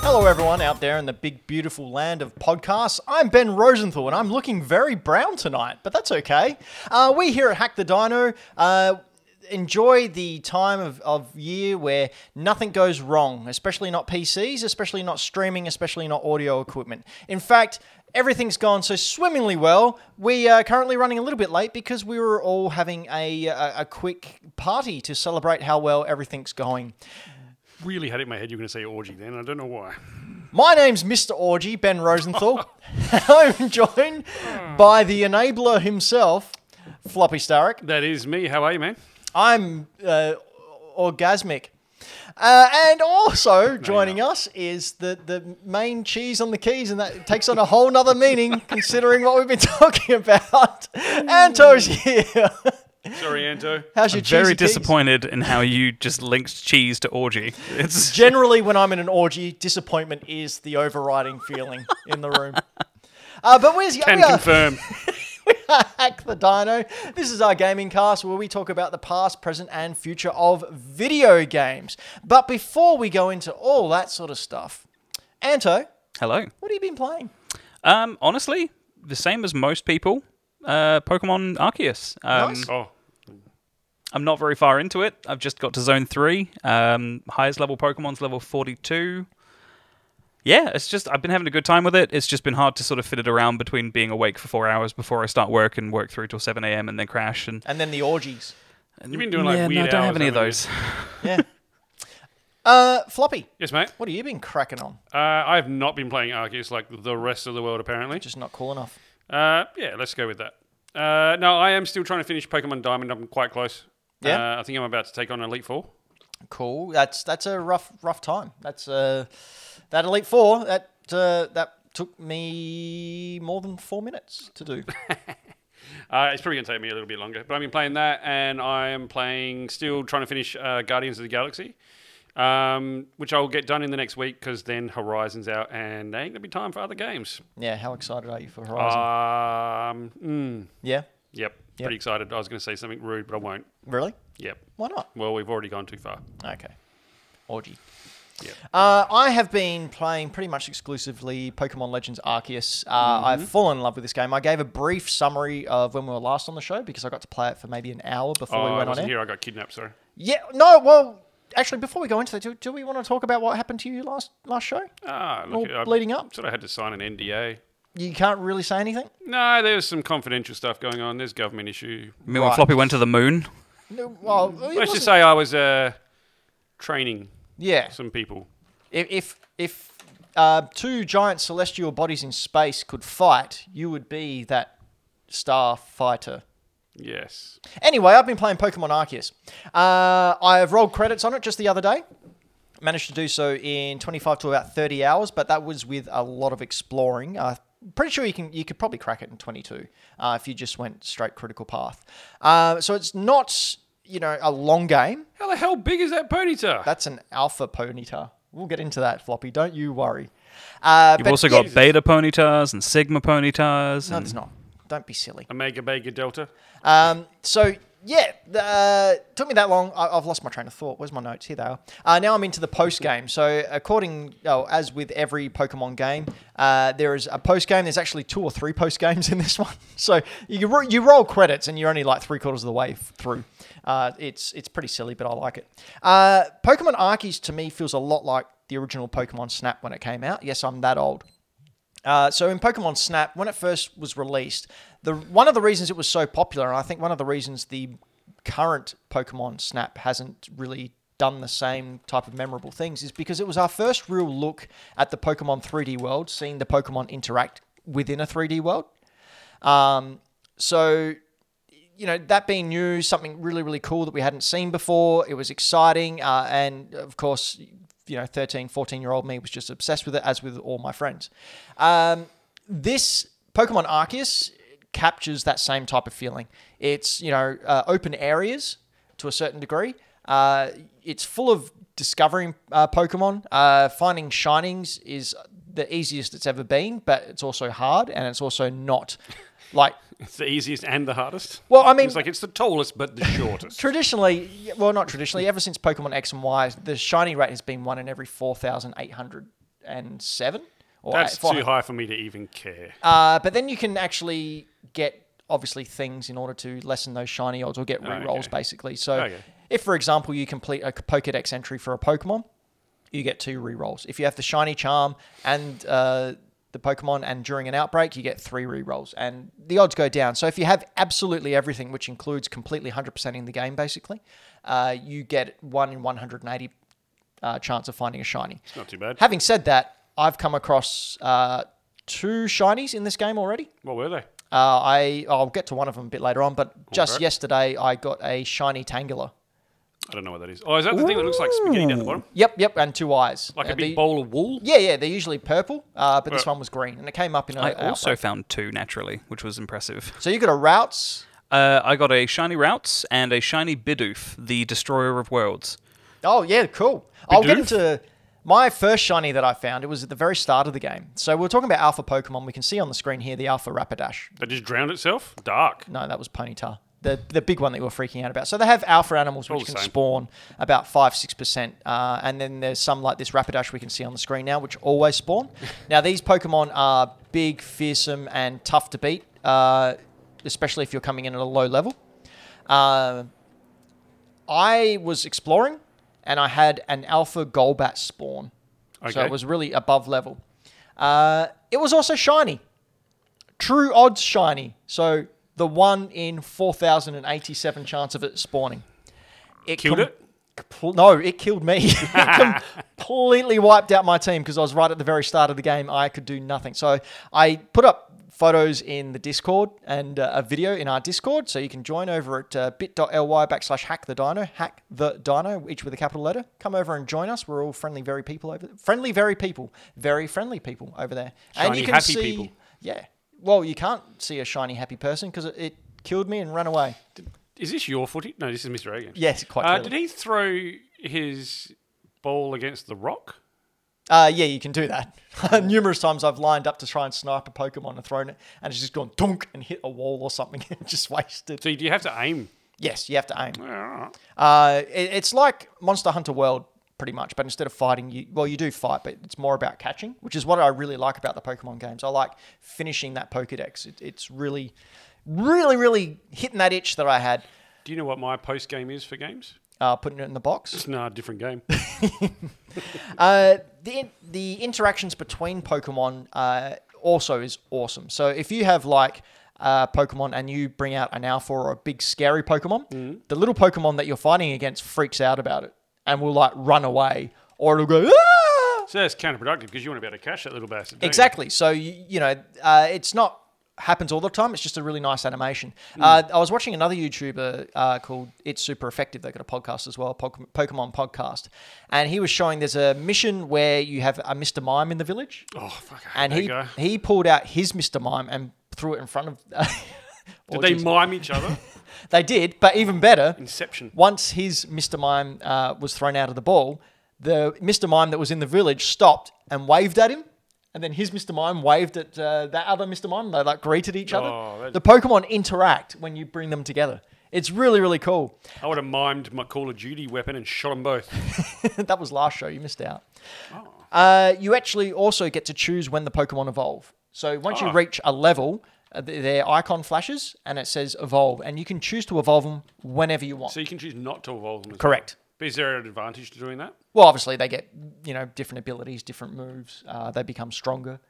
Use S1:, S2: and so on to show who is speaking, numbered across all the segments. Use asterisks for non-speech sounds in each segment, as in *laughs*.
S1: Hello, everyone out there in the big, beautiful land of podcasts. I'm Ben Rosenthal, and I'm looking very brown tonight, but that's okay. Uh, we here at Hack the Dino uh, enjoy the time of, of year where nothing goes wrong, especially not PCs, especially not streaming, especially not audio equipment. In fact, everything's gone so swimmingly well. We are currently running a little bit late because we were all having a, a, a quick party to celebrate how well everything's going.
S2: really had it in my head you were going to say orgy then. and I don't know why.
S1: My name's Mr. Orgy, Ben Rosenthal. *laughs* I'm joined by the enabler himself, Floppy Starrick.
S2: That is me. How are you, man?
S1: I'm uh, orgasmic. Uh, and also joining us is the, the main cheese on the keys, and that takes on a whole nother meaning considering what we've been *laughs* talking about. Anto's here.
S2: Sorry, Anto.
S1: How's your cheese?
S3: very disappointed in how you just linked cheese to orgy. It's
S1: Generally, when I'm in an orgy, disappointment is the overriding feeling in the room. Uh, but where's
S2: Can
S1: we are-
S2: confirm.
S1: Hack the Dino. This is our gaming cast where we talk about the past, present, and future of video games. But before we go into all that sort of stuff, Anto,
S3: hello.
S1: what have you been playing?
S3: Um, honestly, the same as most people. Uh, Pokemon Arceus. Um,
S1: Nice.
S2: Oh,
S3: I'm not very far into it. I've just got to Zone Three. Um, highest level Pokemon's level 42. Yeah, it's just I've been having a good time with it. It's just been hard to sort of fit it around between being awake for four hours before I start work and work through till 7 a.m. and then crash and.
S1: And then the orgies.
S2: you've been doing like
S3: yeah,
S2: weird
S3: no, I don't have
S2: hours,
S3: any of
S2: haven't you?
S3: those.
S1: Yeah. *laughs* uh, Floppy,
S2: Yes, mate.
S1: what have you been cracking on?
S2: Uh, I have not been playing Arceus like the rest of the world, apparently.
S1: Just not cool enough.
S2: Uh, yeah, let's go with that. Uh, no, I am still trying to finish Pokemon Diamond. I'm quite close.
S1: Yeah?
S2: Uh, I think I'm about to take on Elite Four.
S1: Cool. That's that's a rough rough time. That's uh, that Elite Four that uh, that took me more than four minutes to *laughs* do.
S2: Uh, it's probably going to take me a little bit longer, but I've been playing that, and I am playing still trying to finish uh, Guardians of the Galaxy, um, which I'll get done in the next week because then Horizon's out, and there ain't going to be time for other games.
S1: yeah. How excited are you for Horizon?
S2: Um, mm,
S1: yeah.
S2: yep, pretty excited. I was going to say something rude, but I won't.
S1: Really?
S2: Yep.
S1: Why not?
S2: Well, we've already gone too far.
S1: Okay. Orgy.
S2: Yep.
S1: Uh, I have been playing pretty much exclusively Pokemon Legends Arceus. Uh,
S2: Mm-hmm.
S1: I've fallen in love with this game. I gave a brief summary of when we were last on the show because I got to play it for maybe an hour before
S2: Oh,
S1: we
S2: I
S1: went on
S2: wasn't
S1: air.
S2: here. I got kidnapped. Sorry.
S1: Yeah, no, well, actually, before we go into that, do, do we want to talk about what happened to you last last show?
S2: Ah, look,
S1: All
S2: I
S1: leading up?
S2: Sort of had to sign an NDA.
S1: You can't really say anything?
S2: No, there's some confidential stuff going on. There's government issue.
S3: I mean, when
S1: Right.
S3: Floppy went to the moon,
S1: No, well, it
S2: Let's
S1: wasn't-
S2: just say I was uh, training
S1: yeah.
S2: some people.
S1: If if, if uh, two giant celestial bodies in space could fight, you would be that star fighter.
S2: Yes.
S1: Anyway, I've been playing Pokemon Arceus. Uh, I have rolled credits on it just the other day. Managed to do so in 25 to about 30 hours, but that was with a lot of exploring. Uh, pretty sure you can you could probably crack it in 22 uh, if you just went straight critical path. Uh, so it's not you know a long game.
S2: How the hell big is that ponytail?
S1: That's an alpha ponyta. We'll get into that, Floppy. Don't you worry. Uh,
S3: you've
S1: but-
S3: also got beta ponytas and sigma ponytas.
S1: No,
S3: and
S1: it's not. Don't be silly.
S2: Omega Bega Delta. *laughs*
S1: Um, so yeah, the, uh, took me that long. I, I've lost my train of thought. Where's my notes? Here they are. Uh, now I'm into the post game. So according, oh, as with every Pokemon game, uh, there is a post game. There's actually two or three post games in this *laughs* one. So you ro- you roll credits and you're only like three quarters of the way f- through. Uh, it's it's pretty silly, but I like it. Uh, Pokemon Arceus to me feels a lot like the original Pokemon Snap when it came out. Yes, I'm that old. Uh, so in Pokemon Snap, when it first was released, the one of the reasons it was so popular, and I think one of the reasons the current Pokemon Snap hasn't really done the same type of memorable things is because it was our first real look at the Pokemon 3D world, seeing the Pokemon interact within a 3D world. Um, so you know, that being new, something really, really cool that we hadn't seen before. It was exciting. Uh, and of course, you know, 13, 14 year old me was just obsessed with it, as with all my friends. Um, this Pokemon Arceus captures that same type of feeling. It's, you know, uh, open areas to a certain degree. Uh, it's full of discovering uh, Pokemon. Uh, finding shinings is the easiest it's ever been, but it's also hard and it's also not like
S2: It's the easiest and the hardest.
S1: Well, I mean-
S2: it's like it's the tallest but
S1: *laughs*
S2: the shortest.
S1: Traditionally, yeah, well, not traditionally. Ever since Pokemon X and Y, the shiny rate has been one in every four thousand eight hundred and seven. Or
S2: That's
S1: eight- four-
S2: too high for me to even care.
S1: Uh, but then you can actually get obviously things in order to lessen those shiny odds or get
S2: okay.
S1: rerolls rolls basically. So,
S2: Okay.
S1: if for example you complete a Pokedex entry for a Pokemon, you get two rerolls. If you have the shiny charm and uh, the Pokemon, and during an outbreak, you get three rerolls, and the odds go down. So if you have absolutely everything, which includes completely 100% in the game, basically, uh, you get one in 180 uh, chance of finding a shiny.
S2: It's not too bad.
S1: Having said that, I've come across uh, two shinies in this game already.
S2: What were they?
S1: Uh, I I'll get to one of them a bit later on, but just
S2: Okay.
S1: yesterday I got a shiny Tangela.
S2: I don't know what that is. Oh, is that the thing that looks like spaghetti down the bottom?
S1: Yep, yep, and two eyes.
S2: Like
S1: Uh,
S2: a big
S1: the-
S2: bowl of wool?
S1: Yeah, yeah, they're usually purple, uh, but this
S2: Right.
S1: one was green, and it came up in a.
S3: I
S1: outbreak.
S3: also found two naturally, which was impressive.
S1: So you got a Routes.
S3: Uh, I got a shiny Routes and a shiny Bidoof, the destroyer of worlds.
S1: Oh yeah, cool. I'll get
S2: Bidoof?
S1: into my first shiny that I found. It was at the very start of the game. So we we're talking about Alpha Pokemon. We can see on the screen here the Alpha Rapidash.
S2: That just drowned itself? Dark.
S1: No, that was Ponyta. The, the big one that you were freaking out about. So they have alpha animals which
S2: All the
S1: can
S2: same.
S1: spawn about five six percent, uh, and then there's some like this Rapidash we can see on the screen now, which always
S2: *laughs*
S1: spawn. now these Pokemon are big, fearsome, and tough to beat, uh, especially if you're coming in at a low level. Uh, I was exploring, and I had an alpha Golbat spawn, so
S2: Okay.
S1: it was really above level. Uh, it was also shiny true odds shiny. So the one in 4,087 chance of it spawning. It
S2: Killed it?
S1: compl- no, it killed me. *laughs*
S2: *laughs*
S1: it completely wiped out my team because I was right at the very start of the game. I could do nothing. So I put up photos in the Discord and uh, a video in our Discord. So you can join over at uh, bit.ly backslash hack the dino, hack the dino, each with a capital letter. Come over and join us. We're all friendly, very people over Friendly, very people. Very friendly people over there. and
S2: Shiny,
S1: you can
S2: happy
S1: see.
S2: people.
S1: Yeah. Well, you can't see a shiny happy person because it, it killed me and ran away.
S2: Is this your footage? No, this is Mr. Reagan.
S1: Yes, quite
S2: Uh,
S1: clearly.
S2: did he throw his ball against the rock?
S1: Uh, yeah, you can do that. *laughs* Numerous times I've lined up to try and snipe a Pokemon and thrown it, and it's just gone dunk and hit a wall or something *laughs* and just wasted.
S2: So do you have to aim?
S1: Yes, you have to aim.
S2: Ah,
S1: Uh, it, it's like Monster Hunter World pretty much, but instead of fighting, you well, you do fight, but it's more about catching, which is what I really like about the Pokemon games. I like finishing that Pokedex. It, it's really, really, really hitting that itch that I had.
S2: Do you know what my post game is for games?
S1: Uh, putting it in the box.
S2: It's not a
S1: *laughs*
S2: different game.
S1: Uh, the the interactions between Pokemon uh, also is awesome. So if you have like uh, Pokemon and you bring out an Alpha or a big scary Pokemon, the little Pokemon that you're fighting against freaks out about it and will like run away or it'll go. "Ah!"
S2: so that's counterproductive because you want to be able to catch that little bastard. don't you?
S1: Exactly. So you, you know, uh, it's not happens all the time. It's just a really nice animation.
S2: Mm.
S1: Uh, I was watching another YouTuber uh, called It's Super Effective. They've got a podcast as well, Pok- Pokemon podcast, and he was showing there's a mission where you have a Mr. Mime in the village,
S2: Oh, fuck. I hate
S1: and
S2: that
S1: he
S2: guy.
S1: he pulled out his Mr. Mime and threw it in front of. *laughs*
S2: Did
S1: Oh,
S2: they
S1: geez.
S2: mime each other?
S1: *laughs* They did, but even better,
S2: Inception.
S1: once his Mr. Mime uh, was thrown out of the ball, the Mr. Mime that was in the village stopped and waved at him. And then his Mr. Mime waved at uh, that other Mr. Mime. They like greeted each other.
S2: Oh, that-
S1: The Pokemon interact when you bring them together. It's really, really cool. *laughs*
S2: I would have mimed my Call of Duty weapon and shot them both.
S1: that was last show. You missed out.
S2: Oh.
S1: Uh, you actually also get to choose when the Pokemon evolve. So once
S2: Ah.
S1: you reach a level, uh, th- their icon flashes and it says evolve. And you can choose to evolve them whenever you want.
S2: So you can choose not to evolve them. as well.
S1: Correct.
S2: But is there an advantage to doing that?
S1: Well, obviously they get you know different abilities, different moves. Uh, they become stronger.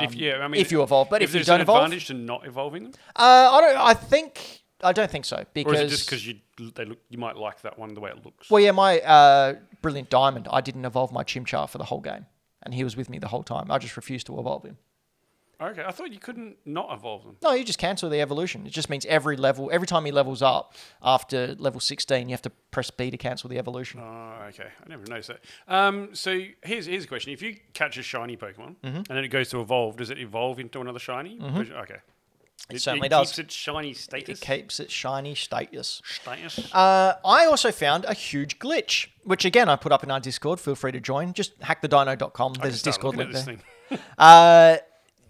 S2: if yeah, I mean,
S1: Um, if you evolve, but if, you
S2: there's
S1: don't
S2: an
S1: evolve,
S2: advantage to not evolving them,
S1: uh, I don't. I think I don't think so
S2: or
S1: because
S2: is it just because you they look you might like that one the way it looks?
S1: well, yeah, my uh, brilliant diamond. I didn't evolve my Chimchar for the whole game, and he was with me the whole time. I just refused to evolve him.
S2: okay, I thought you couldn't not evolve them.
S1: No, you just cancel the evolution. It just means every level, every time he levels up after level sixteen, you have to press B to cancel the evolution.
S2: Oh, okay. I never noticed that. Um, so here's here's a question: If
S1: Mm-hmm.
S2: you catch a shiny Pokemon and then it goes to evolve, does it evolve into another shiny? Okay.
S1: It, certainly
S2: it
S1: does.
S2: Keeps its shiny status.
S1: it keeps its shiny status.
S2: status.
S1: Uh, I also found a huge glitch, which again I put up in our Discord. Feel free to join. Just hackthedino.com. There's a
S2: Start
S1: Discord
S2: looking at
S1: link
S2: this
S1: there.
S2: thing.
S1: Uh,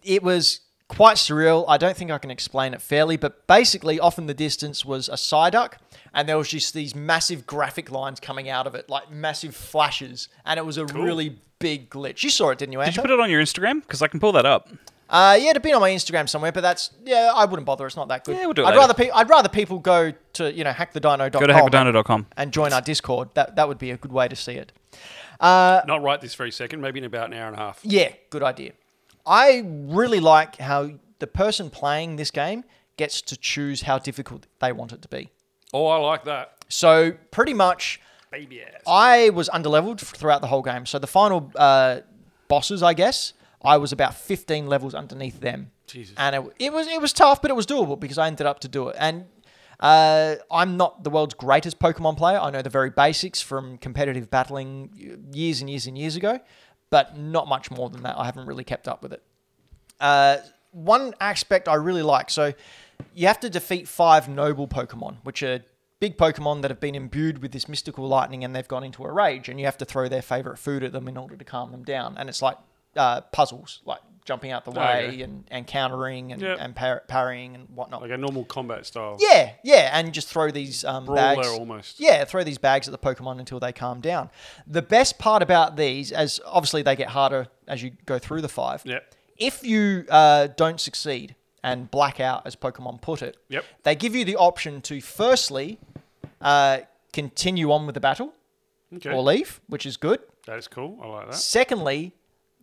S1: it was quite surreal. I don't think I can explain it fairly, but basically, off in the distance was a Psyduck, and there was just these massive graphic lines coming out of it, like massive flashes, and it was a really big glitch. You saw it, didn't you,
S3: Did you
S1: Anto?
S3: put it on your Instagram? Because I can pull that up.
S1: Uh, yeah, it'd been on my Instagram somewhere, but that's yeah, I wouldn't bother. It's not that good.
S3: Yeah, we'll do it
S1: I'd
S3: later.
S1: rather pe- I'd rather people go to you know hackthedino.com.
S3: Go to hackadona.com.
S1: and join our Discord. That that would be a good way to see it.
S2: Not right this very second. Maybe in about an hour and a half.
S1: Yeah, good idea. I really like how the person playing this game gets to choose how difficult they want it to be.
S2: Oh, I like that.
S1: So pretty much,
S2: Baby ass.
S1: I was underleveled f- throughout the whole game. So the final uh, bosses, I guess, I was about 15 levels underneath them.
S2: Jesus.
S1: And it, it was it was tough, but it was doable because I ended up to do it. And uh, I'm not the world's greatest Pokemon player. I know the very basics from competitive battling y- years and years and years ago, but not much more than that. I haven't really kept up with it. Uh, one aspect I really like. So you have to defeat five noble Pokemon, which are big Pokemon that have been imbued with this mystical lightning and they've gone into a rage, and you have to throw their favorite food at them in order to calm them down. And it's like uh, puzzles, like jumping out the way
S2: Okay.
S1: and, and countering and,
S2: Oh, Yep.
S1: and par- parrying and whatnot.
S2: Like a normal combat style.
S1: Yeah, yeah, and just throw these um,
S2: Brawler
S1: bags.
S2: almost.
S1: Yeah, throw these bags at the Pokemon until they calm down. The best part about these, as obviously they get harder as you go through the five.
S2: Yep.
S1: If you uh, don't succeed and black out, as Pokemon put it,
S2: Yep.
S1: they give you the option to firstly uh, continue on with the battle
S2: Okay.
S1: or leave, which is good.
S2: that is cool. I like that.
S1: Secondly,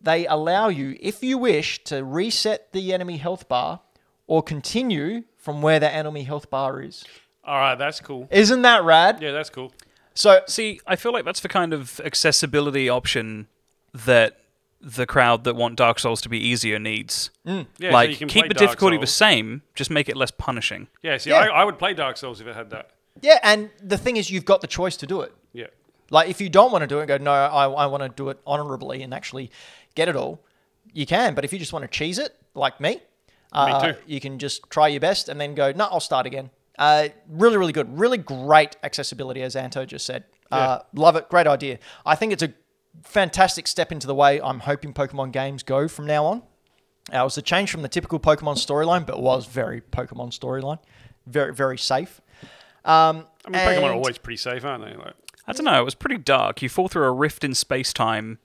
S1: they allow you, if you wish, to reset the enemy health bar or continue from where the enemy health bar is.
S2: All right, that's cool.
S1: Isn't that rad?
S2: Yeah, that's cool.
S1: So
S3: See, I feel like that's the kind of accessibility option that the crowd that want Dark Souls to be easier needs.
S2: Mm. Yeah, so
S3: like,
S2: you can
S3: keep
S2: play
S3: the
S2: Dark
S3: difficulty the
S2: Souls.
S3: same, just make it less punishing.
S2: Yeah, see,
S1: Yeah.
S2: I, I would play Dark Souls if it had that.
S1: yeah, and the thing is, you've got the choice to do it.
S2: Yeah.
S1: Like if you don't want to do it, go no, I, I want to do it honorably and actually get it all. You can, but if you just want to cheese it, like me, uh,
S2: too.
S1: you can just try your best and then go no, I'll start again. Uh, really, really good. Really great accessibility, as Anto just said. Uh, love it. Great idea. I think it's a fantastic step into the way I'm hoping Pokemon games go from now on. Uh, it was a change from the typical Pokemon storyline, but was very Pokemon storyline. Very, very safe. Um,
S2: I mean, Pokemon are
S1: and-
S2: always pretty safe, aren't they? Like,
S3: I don't know, it was pretty dark. You fall through a rift in space time,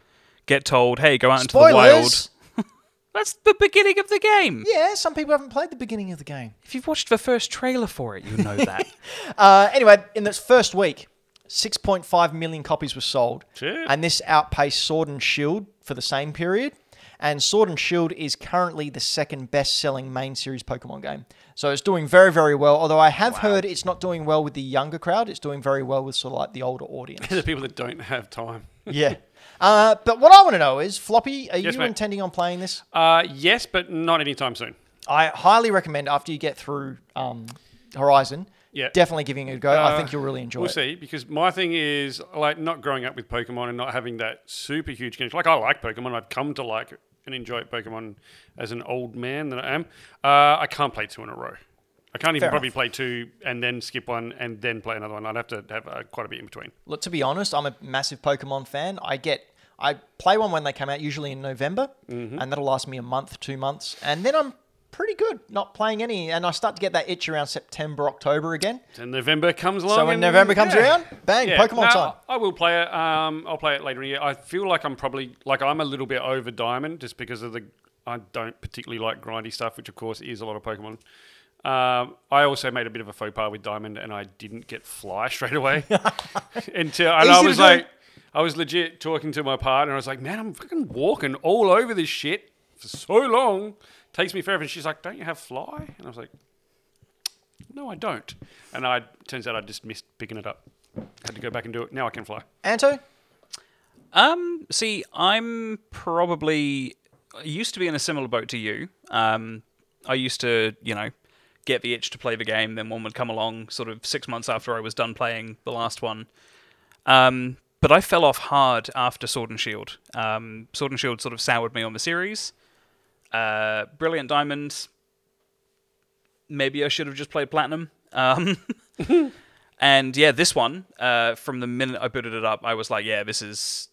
S3: get told, hey, go out into the
S1: Spoilers.
S3: wild. That's the beginning of the game.
S1: Yeah, some people haven't played the beginning of the game.
S3: If you've watched the first trailer for it, you
S2: *laughs*
S3: know that.
S1: Uh, anyway, in this first week, 6.5 million copies were sold.
S2: Shit.
S1: And this outpaced Sword and Shield for the same period. And Sword and Shield is currently the second best selling main series Pokemon game. So it's doing very, very well. Although I have heard it's not doing well with the younger crowd, it's doing very well with sort of like the older audience.
S2: *laughs* *laughs* the people that don't have time.
S1: yeah. Uh, but what I want to know is, Floppy, are
S2: Yes,
S1: you
S2: mate.
S1: intending on playing this?
S2: Uh, yes, but not anytime soon.
S1: I highly recommend after you get through um, Horizon,
S2: Yeah.
S1: definitely giving it a go. I
S2: Uh,
S1: think you'll really enjoy
S2: We'll
S1: it.
S2: see, because my thing is like not growing up with Pokemon and not having that super huge connection. Like I like Pokemon, I've come to like and enjoy Pokemon as an old man that I am. Uh, I can't play two in a row. I can't even
S1: Fair
S2: probably play two and then skip one and then play another one. I'd have to have uh, quite a bit in between.
S1: Look, to be honest, I'm a massive Pokemon fan. I get, I play one when they come out, usually in November,
S2: Mm-hmm.
S1: and that'll last me a month, two months, and then I'm pretty good not playing any, and I start to get that itch around September, October again.
S2: And November comes along.
S1: so when
S2: and-
S1: November comes
S2: Oh, yeah.
S1: around, bang,
S2: Yeah,
S1: Pokemon
S2: no,
S1: time.
S2: I will play it. Um, I'll play it later in the year. I feel like I'm probably like I'm a little bit over diamond just because of the I don't particularly like grindy stuff, which of course is a lot of Pokemon. Um, I also made a bit of a faux pas with diamond, and I didn't get fly *laughs* straight away *laughs* until and
S1: Easy
S2: I
S1: to
S2: was
S1: do.
S2: like, I was legit talking to my partner. I was like, man, I'm fucking walking all over this shit for so long. Takes me forever. And she's like, don't you have fly? And I was like, no, I don't. And I turns out I just missed picking it up. Had to go back and do it. Now I can fly.
S1: Anto,
S3: Um, see, I'm probably I used to be in a similar boat to you. Um, I used to, you know, get the itch to play the game, then one would come along sort of six months after I was done playing the last one. Um, but I fell off hard after Sword and Shield. Um, Sword and Shield sort of soured me on the series. Uh, Brilliant Diamond maybe I should have just played Platinum.
S1: *laughs*
S3: Um, and yeah, this one, uh, from the minute I booted it up, I was like, yeah, this is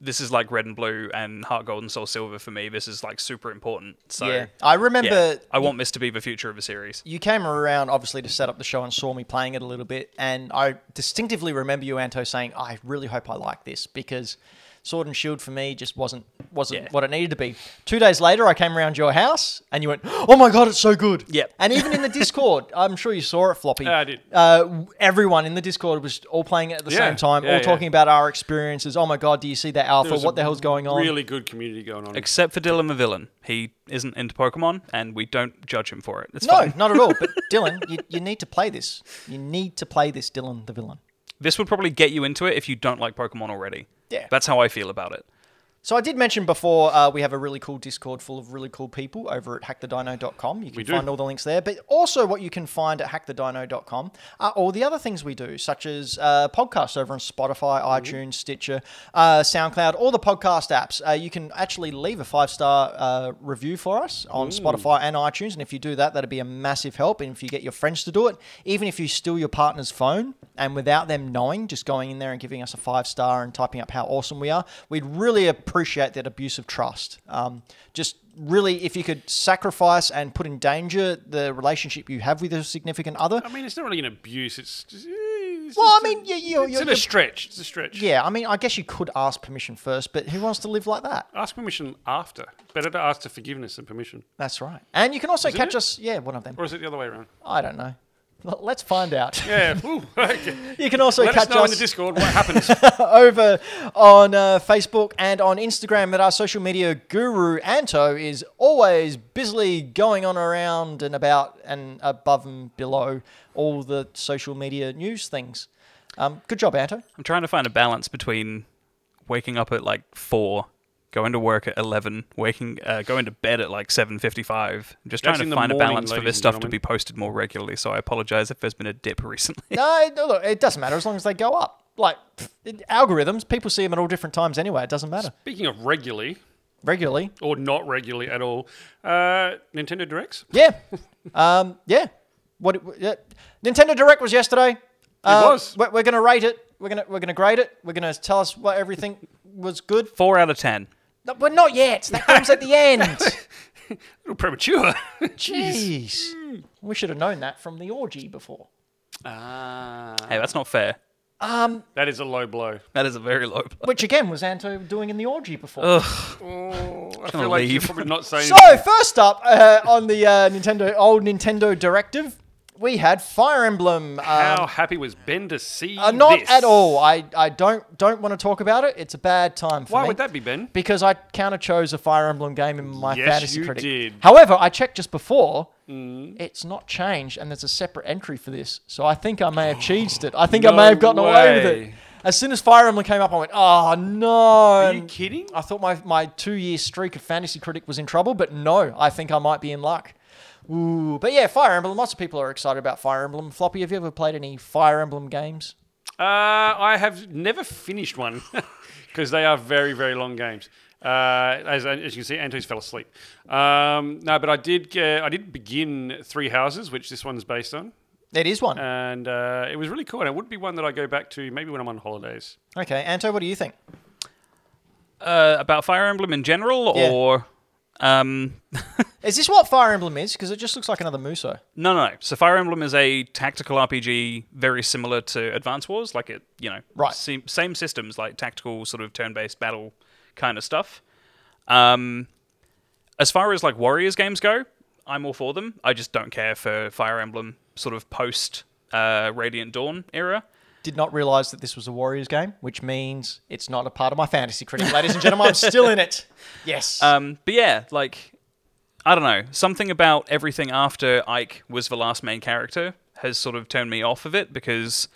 S3: this is like Red and Blue and Heart Gold and Soul Silver for me. This is like super important. So
S1: yeah, I remember
S3: yeah, I want this to be the future of a series.
S1: you came around obviously to set up the show and saw me playing it a little bit and i distinctively remember you anto saying i really hope i like this because sword and shield for me just wasn't wasn't
S3: Yeah.
S1: what it needed to be two days later i came around your house and you went oh my god it's so good
S3: Yep.
S1: and even in the
S2: *laughs*
S1: discord i'm sure you saw it floppy
S2: Yeah, I did.
S1: uh, everyone in the discord was all playing it at the
S2: Yeah,
S1: same time
S2: yeah,
S1: all
S2: yeah.
S1: talking about our experiences oh my god do you see that alpha
S2: There's
S1: what
S2: a
S1: the hell's going on
S2: Really good community going on.
S3: Except for Dylan the villain, he isn't into Pokemon, and we don't judge him for it. It's
S1: no
S3: fine.
S1: not at all
S2: *laughs*
S1: but dylan you, you need to play this you need to play this dylan the villain
S3: This would probably get you into it if you don't like Pokemon already.
S1: Yeah.
S3: that's how I feel about it.
S1: So I did mention before uh, we have a really cool Discord full of really cool people over at hackthedino.com. You can
S2: do.
S1: find all the links there. But also what you can find at hackthedino.com are all the other things we do, such as uh, podcasts over on Spotify, iTunes, Stitcher, uh, SoundCloud, all the podcast apps. Uh, you can actually leave a five-star uh, review for us on Spotify and iTunes. And if you do that, that'd be a massive help. And if you get your friends to do it, even if you steal your partner's phone and without them knowing, just going in there and giving us a five star and typing up how awesome we are, we'd really appreciate that abuse of trust. Um, just really, if you could sacrifice and put in danger the relationship you have with your significant other.
S2: I mean, it's not really an abuse. It's just, it's
S1: Well, I
S2: just
S1: mean,
S2: a,
S1: you, you,
S2: it's
S1: you,
S2: in a stretch. It's a stretch.
S1: yeah, I mean, I guess you could ask permission first, but who wants to live like that?
S2: Ask permission after. Better to ask for forgiveness than permission.
S1: That's right. And you can also catch
S2: it?
S1: us, yeah, one of them.
S2: Or is it the other way around?
S1: I don't know. L- Let's find out.
S2: Yeah. *laughs* Ooh, okay.
S1: *laughs* You can also
S2: Let us
S1: catch
S2: know in the Discord what *laughs* happens.
S1: *laughs* over on uh, Facebook and on Instagram that our social media guru Anto is always busily going on around and about and above and below all the social media news things. Um, good job, Anto.
S3: I'm trying to find a balance between waking up at like four, going to work at eleven, waking, uh, going to bed at like seven fifty-five. I'm just
S2: That's
S3: trying
S2: in
S3: to
S2: the
S3: find a
S2: morning,
S3: balance for
S2: ladies
S3: this
S2: and
S3: stuff to
S2: gentlemen.
S3: be posted more regularly. So I apologize if there's been a dip *laughs* recently.
S1: No, it- look, it doesn't matter as long as they go up. Like pfft, it- algorithms, people see them at all different times anyway. It doesn't matter
S2: Speaking of regularly
S1: regularly.
S2: or not regularly at all, uh, Nintendo Directs.
S1: *laughs* Yeah, um, yeah. What it- yeah. Nintendo Direct was yesterday. It
S2: was.
S1: We're, we're gonna rate it. We're gonna we're gonna grade it. We're gonna tell us what everything was good.
S3: Four out of ten.
S1: No, but not yet. That comes at *laughs* the end.
S2: A little premature. *laughs*
S1: Jeez. We should have known that from the orgy before.
S2: ah.
S3: Hey, that's not fair.
S2: That is a low blow.
S3: That is a very low. blow.
S1: Which again was Anto doing in the orgy before.
S2: Oh, I feel like you're
S3: leave.
S2: probably *laughs* not saying
S1: so first up uh, on the uh, Nintendo old Nintendo directive, we had Fire Emblem. Um,
S2: how happy was Ben to see
S1: uh, not
S2: this?
S1: at all. I, I don't don't want to talk about it. It's a bad time for me.
S2: Why would that be, Ben?
S1: Because I counter chose a Fire Emblem game in my
S2: Yes,
S1: fantasy
S2: you
S1: critic.
S2: did. Mm.
S1: However, I checked just before. It's not changed, and there's a separate entry for this. So I think I may
S2: *gasps*
S1: have cheated it. I think I
S2: No
S1: may have gotten away with it.
S2: way.
S1: As soon as Fire Emblem came up, I went, "Oh no!" Are
S2: you kidding?
S1: I thought my, my two year streak of fantasy critic was in trouble, but no, I think I might be in luck. Ooh, but yeah, Fire Emblem. Lots of people are excited about Fire Emblem. Floppy, have you ever played any Fire Emblem games?
S2: Uh, I have never finished one *laughs* because they are very, very long games. Uh, as, as you can see, Anto's fell asleep. Um, no, but I did. Get, I did begin Three Houses, which this one's based on,
S1: It is one.
S2: and uh, it was really cool. And it would be one that I go back to maybe when I'm on holidays.
S1: okay, Anto, what do you think?
S3: Uh, about Fire Emblem in general,
S1: Yeah.
S3: or um,
S1: Is this what Fire Emblem is? Because it just looks like another Muso.
S3: No, no, no. So Fire Emblem is a tactical RPG very similar to Advance Wars, like it, you know,
S1: Right.
S3: Same, same systems, like tactical sort of turn-based battle kind of stuff. Um, as far as like Warriors games go, I'm all for them. I just don't care for Fire Emblem sort of post uh, Radiant Dawn era.
S1: Did not realize that this was a Warriors game, which means it's not a part of my fantasy critic. Ladies and gentlemen, I'm still in it. Yes.
S3: Um, but yeah, like I don't know, something about everything after Ike was the last main character has sort of turned me off of it because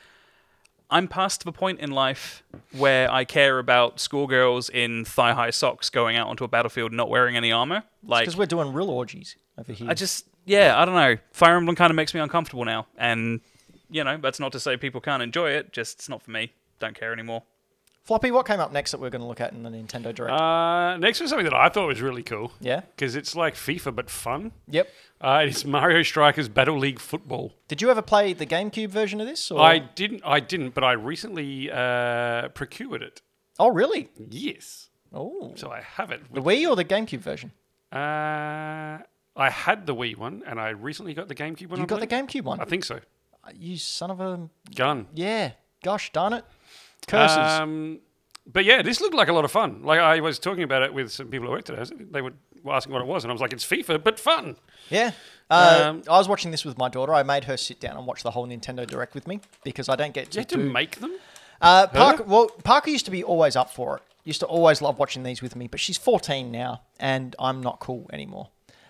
S3: I'm past the point in life where I care about schoolgirls in thigh-high socks going out onto a battlefield not wearing any armor. Like
S1: Because we're doing real orgies over here.
S3: I just yeah, I don't know. Fire Emblem kind of makes me uncomfortable now, and you know that's not to say people can't enjoy it. Just it's not for me. Don't care anymore.
S1: Floppy, what came up next that we're going to look at in the Nintendo Direct?
S2: Uh, next was something that I thought was really cool.
S1: Yeah.
S2: Because it's like FIFA but fun.
S1: yep.
S2: Uh, it's Mario Strikers Battle League Football.
S1: Did you ever play the GameCube version of this? Or?
S2: I didn't. I didn't. But I recently uh, procured it.
S1: oh really?
S2: Yes.
S1: Oh,
S2: So I have it.
S1: the Wii or the GameCube version?
S2: Uh, I had the Wii one, and I recently got the GameCube one.
S1: You
S2: I
S1: got the
S2: believe.
S1: GameCube one.
S2: I think so.
S1: You son of a
S2: Gun.
S1: yeah. Gosh darn it. Curses.
S2: Um, but yeah, this looked like a lot of fun. Like I was talking about it with some people who worked at us. They were asking what it was, and I was like, "It's FIFA, but fun."
S1: yeah. Uh,
S2: um,
S1: I was watching this with my daughter. I made her sit down and watch the whole Nintendo Direct with me because I don't get
S2: Do you
S1: to
S2: have to
S1: do
S2: make them?
S1: Uh, Parker, well, Parker used to be always up for it. Used to always love watching these with me, but she's 14 now, and I'm not cool anymore.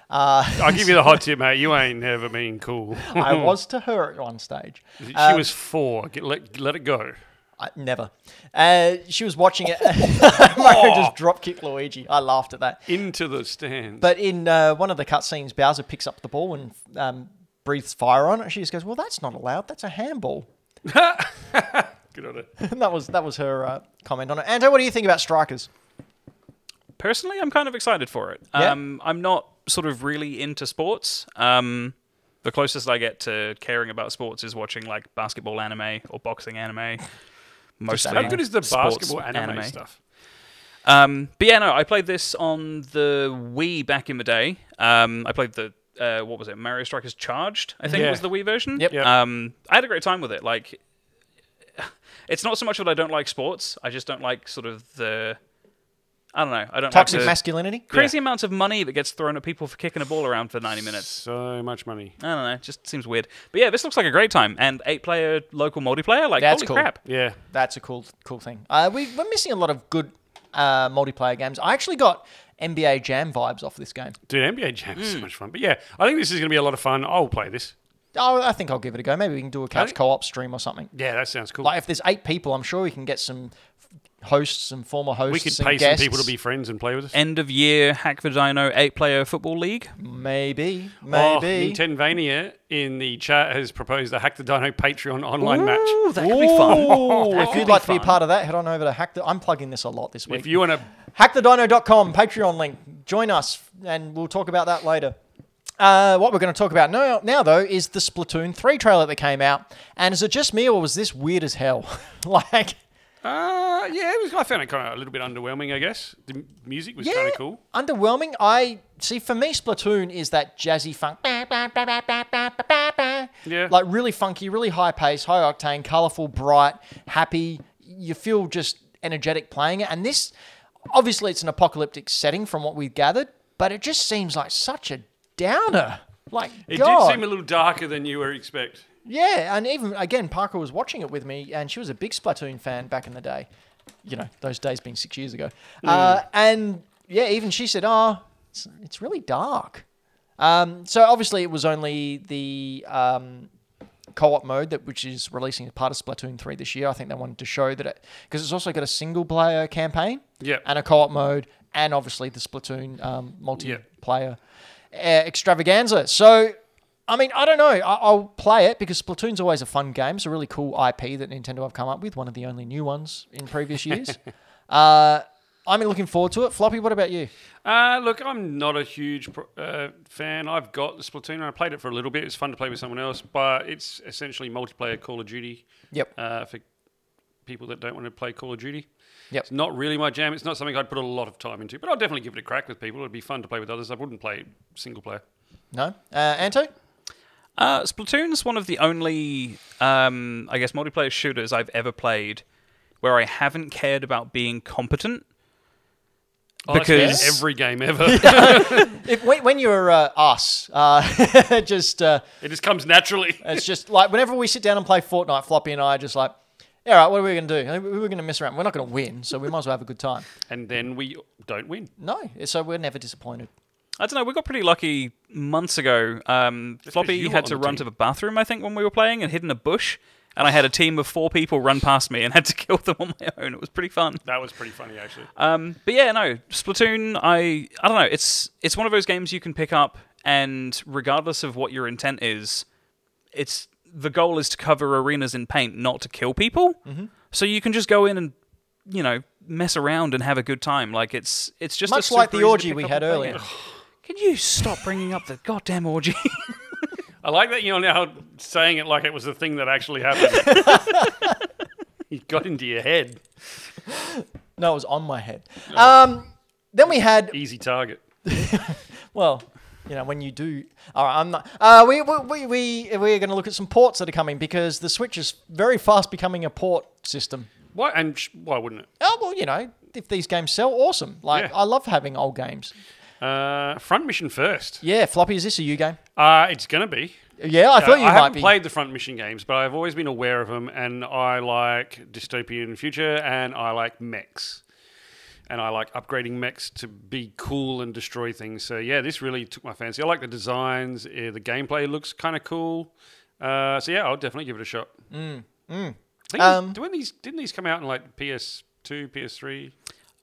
S1: Uh, *laughs*
S2: I'll give you the hot tip, mate. You ain't never been cool. *laughs*
S1: I was to her at one stage.
S2: Hmm. she
S1: Uh,
S2: was four. Get, let, let it go.
S1: I, never. Uh, she was watching it. *laughs* Mario just drop kicked Luigi. I laughed at that.
S2: Into the stands.
S1: But in uh, one of the cutscenes, Bowser picks up the ball and um, breathes fire on it. She just goes, "Well, that's not allowed. That's a handball." *laughs*
S2: Good *laughs* on it.
S1: And that was that was her uh, comment on it. Anto, what do you think about strikers?
S3: personally, I'm kind of excited for it.
S1: Yeah?
S3: Um, I'm not sort of really into sports. Um, the closest I get to caring about sports is watching like basketball anime or boxing
S2: *laughs*
S3: anime. Mostly.
S2: How good is the
S3: sports
S2: basketball anime, stuff?
S3: Um, but yeah, no, I played this on the Wii back in the day. Um, I played the uh, what was it, Mario Strikers Charged? I think
S2: Yeah.
S3: was the Wii version.
S1: Yep.
S2: Yep.
S3: Um, I had a great time with it. Like, *laughs* it's not so much that I don't like sports. I just don't like sort of the. I don't know. I don't
S1: Toxic
S3: like the
S1: masculinity.
S3: crazy amounts of money that gets thrown at people for kicking a ball around for 90 minutes.
S2: So much money.
S3: I don't know. It just seems weird. But yeah, this looks like a great time. And eight player local multiplayer. Like,
S1: That's
S3: holy
S1: cool.
S3: crap.
S2: Yeah.
S1: That's a cool cool thing. Uh, we, we're missing a lot of good uh, multiplayer games. I actually got NBA Jam vibes off this game.
S2: Dude, NBA Jam is so much fun. But yeah, I think this is going to be a lot of fun. I'll play this.
S1: Oh, I think I'll give it a go. Maybe we can do a couch
S2: think-
S1: co-op stream or something.
S2: Yeah, that sounds cool.
S1: Like if there's eight people, I'm sure we can get some hosts and former hosts.
S2: we could
S1: and
S2: pay some
S1: guests.
S2: people to be friends and play with us.
S3: End of year Hack for Dino eight player football league.
S1: maybe
S2: Oh,
S1: maybe.
S2: Nintendvania in the chat has proposed a Hack the Dino Patreon online match.
S3: Ooh, that could be fun.
S1: Ooh,
S2: That
S1: Oh, if
S2: could
S1: you'd
S2: be
S1: like to be a
S2: fun.
S1: part of that, head on over to Hack the. I'm plugging this a lot this
S2: If
S1: week.
S2: you want to,
S1: hackthedino.com patreon link join us and we'll talk about that later uh, what we're going to talk about now, now though is the splatoon 3 trailer that came out and is it just me or was this weird as hell *laughs* like
S2: uh, yeah, it was, I found it kind of a little bit underwhelming. I guess the m- music was kind
S1: yeah
S2: of cool.
S1: underwhelming i see for me splatoon is that jazzy funk
S2: Yeah.
S1: like really funky really high pace high octane colorful bright happy you feel just energetic playing it and this obviously it's an apocalyptic setting from what we've gathered but it just seems like such a downer like
S2: It
S1: God.
S2: did seem a little darker than you were expect.
S1: yeah and even again parker was watching it with me and she was a big splatoon fan back in the day you know those days being six years ago uh, and yeah even she said oh it's, it's really dark um, so obviously it was only the um, co-op mode that which is releasing as part of Splatoon 3 this year. I think they wanted to show that it because it's also got a single player campaign
S2: Yep.
S1: and a co-op mode and obviously the Splatoon um, multiplayer uh, extravaganza. So I mean, I don't know. I- I'll play it because Splatoon's always a fun game. It's a really cool IP that Nintendo have come up with. One of the only new ones in previous years. uh, I'm looking forward to it. Floppy, what about you?
S2: Uh, look, I'm not a huge pro- uh, fan. I've got the Splatoon. I played it for a little bit. It's fun to play with someone else, but it's essentially multiplayer Call of Duty
S1: Yep.
S2: uh, for people that don't want to play Call of Duty.
S1: Yep.
S2: It's not really my jam. It's not something I'd put a lot of time into, but I'll definitely give it a crack with people. It'd be fun to play with others. I wouldn't play single player.
S1: No. Uh, Anto?
S3: Uh, Splatoon's one of the only, um, I guess, multiplayer shooters I've ever played where I haven't cared about being competent.
S2: Oh, that's fair.
S3: Because-
S2: every game ever,
S1: *laughs* If, when, when you're uh, us, uh, *laughs* just uh,
S2: it just comes naturally.
S1: it's just like whenever we sit down and play Fortnite, Floppy and I are just like, all right, what are we going to do? We're going to mess around. We're not going to win, so we might as well have a good time.
S2: And then we don't win.
S1: No, so we're never disappointed.
S3: I don't know. We got pretty lucky months ago. Um, Floppy
S2: you
S3: had
S2: were
S3: to
S2: on the
S3: run to
S2: team.
S3: the bathroom, I think, when we were playing, and hid in a bush. And I had a team of four people run past me and had to *laughs* kill them on my own. It was pretty fun.
S2: That was pretty funny, actually.
S1: Uh,
S3: Um, but yeah, no, Splatoon. I I don't know. It's it's one of those games you can pick up, and regardless of what your intent is, it's
S1: Mm-hmm.
S3: the goal is to cover arenas in paint, not to kill people. So you can just go in and you know mess around and have a good time. Like it's it's just a
S1: Much like
S3: super
S1: the
S3: easy to
S1: orgy
S3: pick
S1: we
S3: up
S1: had
S3: and play
S1: earlier.
S3: it. Can you stop bringing up the goddamn orgy? *laughs*
S2: I like that you're now saying it like it was the thing that
S1: *laughs*
S2: actually happened. you got into your head.
S1: No, it was on my head. Um, then we had
S2: Easy target.
S1: Well, you know, when you do, all right, I'm not. Uh, we we we we we're going to look at some ports that are coming because the Switch is very fast becoming a port system.
S2: Why? And sh- why wouldn't it?
S1: Oh well, you know, if these games sell, awesome. Like
S2: Yeah.
S1: I love having old games.
S2: Uh, front mission first.
S1: Yeah, floppy. Is this a you game?
S2: Uh, it's gonna be.
S1: Yeah, I thought you
S2: Uh,
S1: might
S2: I haven't
S1: be.
S2: played the front mission games, but I've always been aware of them, and I like dystopian future, and I like mechs, and I like upgrading mechs to be cool and destroy things. So yeah, this really took my fancy. I like the designs, eh, the gameplay looks kind of cool. Uh, so yeah, I'll definitely give it a shot. I think
S1: Mm, Um,
S2: when these didn't these come out in like PS2, PS3,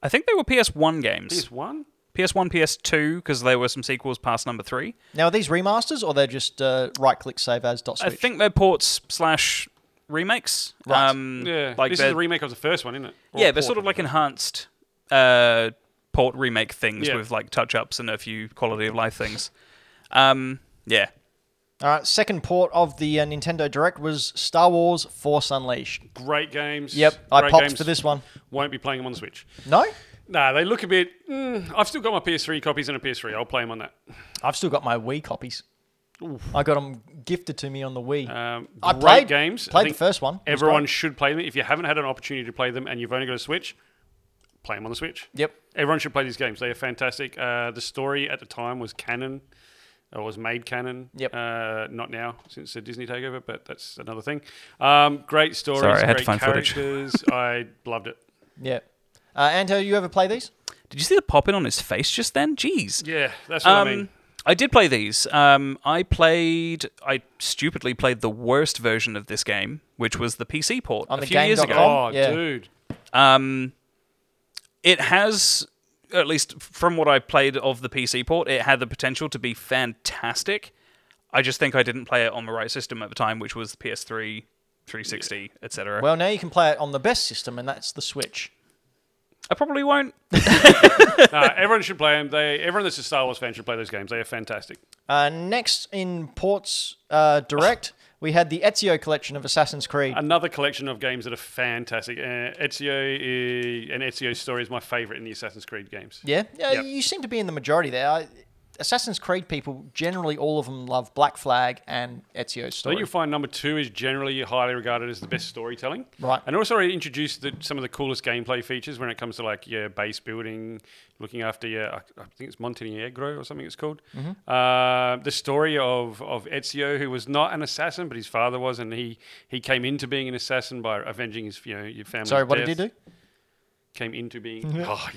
S3: I think they were PS1 games.
S2: PS1?
S3: PS1, PS2, because there were some sequels past number three.
S1: Now, are these remasters or they're just uh, right-click save as dot
S3: I
S1: switch?
S3: think they're ports slash remakes.
S1: Right.
S3: Um,
S2: Yeah,
S3: like
S2: this
S3: they're-
S2: is the remake of the first one, isn't it? Or
S3: yeah,
S2: a
S3: they're
S2: port
S3: sort of
S2: it?
S3: like enhanced uh, port remake things
S2: Yeah.
S3: with like touch ups and a few quality of life things. Um, yeah,
S1: All right. Second port of the uh, Nintendo Direct was Star Wars Force Unleashed.
S2: great games.
S1: Yep, I
S2: great
S1: popped
S2: games.
S1: for this one.
S2: Won't be playing them on the Switch.
S1: No,
S2: Nah, they look a bit. Mm, I've still got my PS3 copies and a PS3. I'll play them on that.
S1: I've still got my Wii copies. I got them gifted to me on the Wii.
S2: Um,
S1: I
S2: great
S1: played
S2: games. I
S1: Played the
S2: think
S1: first one. It was
S2: Everyone
S1: great.
S2: should play them. If you haven't had an opportunity to play them and you've only got a Switch, play them on the Switch.
S1: Yep.
S2: Everyone should play these games. They are fantastic. Uh, the story at the time was canon, or was made canon.
S1: Yep.
S2: Uh, not now since the Disney takeover, but that's another thing. Um, great stories.
S3: Sorry, I had to
S2: great
S3: find footage.
S2: characters.
S3: *laughs*
S2: I loved it.
S1: Yeah. Uh, Anto, you ever play these?
S3: Did you see the pop in on his face just then? Jeez.
S2: Yeah, that's what
S3: um,
S2: I mean.
S3: I did play these. Um, I played. I stupidly played the worst version of this game, which was the PC port
S1: On
S3: a
S1: the
S3: few years
S1: game.com?
S3: ago.
S2: Oh,
S1: yeah.
S2: dude.
S3: Um, it has, at least from what I played of the PC port, it had the potential to be fantastic. I just think I didn't play it on the right system at the time, which was the PS3, 360, etc.
S1: Well, now you can play it on the best system, and that's the Switch.
S3: I probably won't.
S2: Nah, Uh, everyone should play them. They, everyone that's a Star Wars fan should play those games. They are fantastic.
S1: Uh, next in Ports uh,
S2: *laughs*
S1: Direct, we had the Ezio collection of Assassin's Creed.
S2: Another collection of games that are fantastic. Uh, Ezio uh, and Ezio's story is my favorite in the Assassin's Creed games.
S1: yeah? yeah,
S2: Yep.
S1: you seem to be in the majority there. I, Assassin's Creed people generally, all of them love Black Flag and Ezio's
S2: So
S1: story.
S2: you'll find number two is generally highly regarded as the best storytelling.
S1: Right.
S2: And also it introduced the, some of the coolest gameplay features when it comes to like your base building, looking after your, I I think it's Montenegro or something it's called.
S1: Mm-hmm.
S2: Uh, the story of, of Ezio, who was not an assassin, but his father was, and he, he came into being an assassin by avenging his, you know, your family's
S1: Sorry, what
S2: death.
S1: did he do?
S2: came into being. Oh,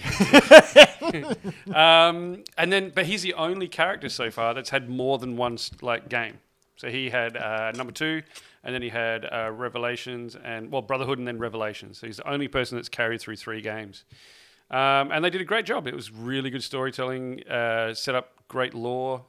S2: yeah. *laughs* um, and then, but he's the only character so far that's had more than one s- like game. So he had uh, number two, and then he had uh, Revelations and well Brotherhood, and then Revelations. So he's the only person that's carried through three games. Um, and they did a great job. It was really good storytelling, uh, set up great lore.